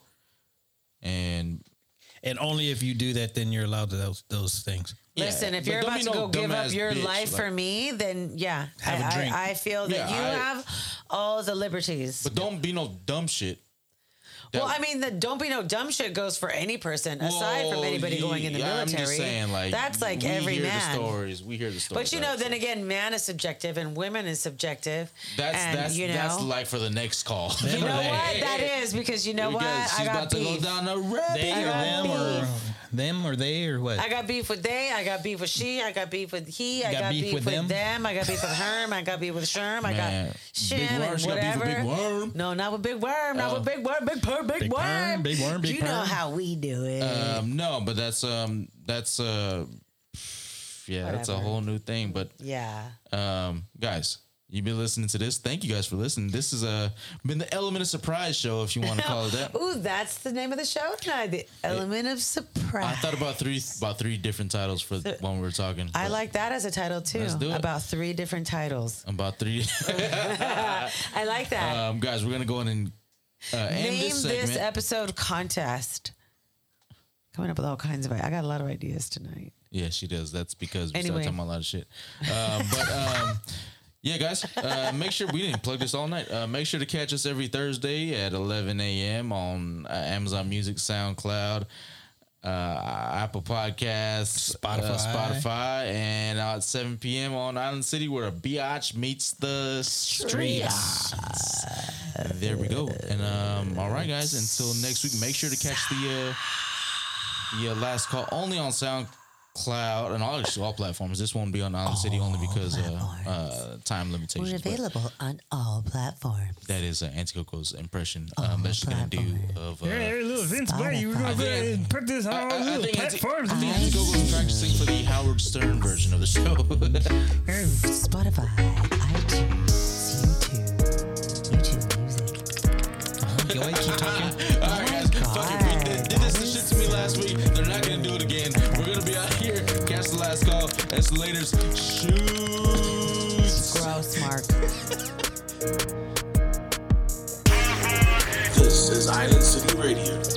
Speaker 2: and
Speaker 3: And only if you do that, then you're allowed to those those things.
Speaker 2: Yeah,
Speaker 1: Listen, if
Speaker 2: but
Speaker 1: you're
Speaker 2: don't
Speaker 1: about
Speaker 2: be
Speaker 1: to
Speaker 2: no
Speaker 1: go give up
Speaker 2: dumbass
Speaker 1: your
Speaker 2: bitch,
Speaker 1: life
Speaker 2: like-
Speaker 1: for me, then yeah,
Speaker 3: Have a
Speaker 1: I- I-
Speaker 3: drink.
Speaker 1: I feel that
Speaker 2: Yeah,
Speaker 1: you
Speaker 2: I-
Speaker 1: have all the liberties.
Speaker 2: But don't be no dumb shit. That-
Speaker 1: well, I mean, the don't be no dumb shit goes for any person aside from
Speaker 2: Well,
Speaker 1: anybody
Speaker 2: ye-
Speaker 1: going in the
Speaker 2: I'm
Speaker 1: military.
Speaker 2: just saying, like
Speaker 1: that's like
Speaker 2: we
Speaker 1: every
Speaker 2: hear
Speaker 1: man.
Speaker 2: The stories we hear the stories,
Speaker 1: But you know,
Speaker 2: right?
Speaker 1: then again, man is subjective and women is subjective.
Speaker 2: that's
Speaker 1: and,
Speaker 2: that's
Speaker 1: you know,
Speaker 2: that's like for the next call.
Speaker 1: you know
Speaker 3: Hey,
Speaker 1: what that is because you know what
Speaker 2: Because she's
Speaker 1: I got
Speaker 2: about to go
Speaker 1: beef.
Speaker 2: down a rabbit
Speaker 3: They or
Speaker 2: hole.
Speaker 3: them or them or they or what?
Speaker 1: I got beef with they. I got beef with she. I got beef with he. I
Speaker 3: got
Speaker 1: got, beef, with, them? I got beef with herm. I got beef with sherm. I
Speaker 2: Man,
Speaker 1: got shim
Speaker 2: Big Worm,
Speaker 1: and
Speaker 2: she got beef with
Speaker 1: whatever.
Speaker 2: Big Worm. Oh.
Speaker 1: No, not with big worm. Not with big worm. Big perm. Big,
Speaker 3: Big
Speaker 1: worm.
Speaker 3: Perm, Big Worm, Big
Speaker 1: You know
Speaker 3: Perm.
Speaker 1: how we do it.
Speaker 2: Um, no, but that's um that's uh yeah that's a
Speaker 1: Whatever.
Speaker 2: whole new thing. But
Speaker 1: yeah.
Speaker 2: um guys. You've been listening to this. Thank you guys for listening. This has uh, been the Element of Surprise show, if you want to call it that.
Speaker 1: Ooh, that's the name of the show tonight. The element of surprise.
Speaker 2: I thought about three about three different titles for when we were talking.
Speaker 1: I
Speaker 2: but
Speaker 1: like that as a title too.
Speaker 2: Let's do it.
Speaker 1: About three different titles.
Speaker 2: about three.
Speaker 1: I like that.
Speaker 2: Um, guys, we're gonna go in and uh, end
Speaker 1: Name
Speaker 2: this
Speaker 1: this,
Speaker 2: segment.
Speaker 1: episode contest. Coming up with all kinds of I got a lot of ideas tonight.
Speaker 2: yeah, she does. That's because we
Speaker 1: Anyway.
Speaker 2: started talking about a lot of shit. Uh, but um, yeah, guys, uh, make sure we didn't plug this all night. Uh, make sure to catch us every Thursday at 11 a.m. on uh, Amazon Music, SoundCloud. Uh, Apple Podcasts, uh,
Speaker 3: Spotify.
Speaker 2: Spotify, and uh, at 7 p.m. on Island City, where a biatch meets the streets. There we go. And um, all right, guys. Until next week, make sure to catch the uh, the uh, last call only on SoundCloud and all actually all platforms. This won't be on Island City only because uh, uh, time limitations.
Speaker 4: We're
Speaker 2: but
Speaker 4: available on all platforms.
Speaker 2: that is uh, Auntie Coco's impression um, that she's gonna do of. Uh,
Speaker 5: little Vince Buddy, you were gonna go ahead and put this on all
Speaker 2: I
Speaker 5: little
Speaker 2: think Auntie,
Speaker 5: platforms.
Speaker 2: I think Auntie Coco's practicing for the Howard Stern version of the show.
Speaker 4: Spotify, iTunes, YouTube, YouTube Music.
Speaker 3: Go ahead, keep talking.
Speaker 2: All right, guys. Fuck it. We did, did this shit to me last week. They're not gonna do it again. We're gonna be out here. Catch the last call. That's the laters. Shoot.
Speaker 1: Gross, Mark.
Speaker 6: This is Island City Radio.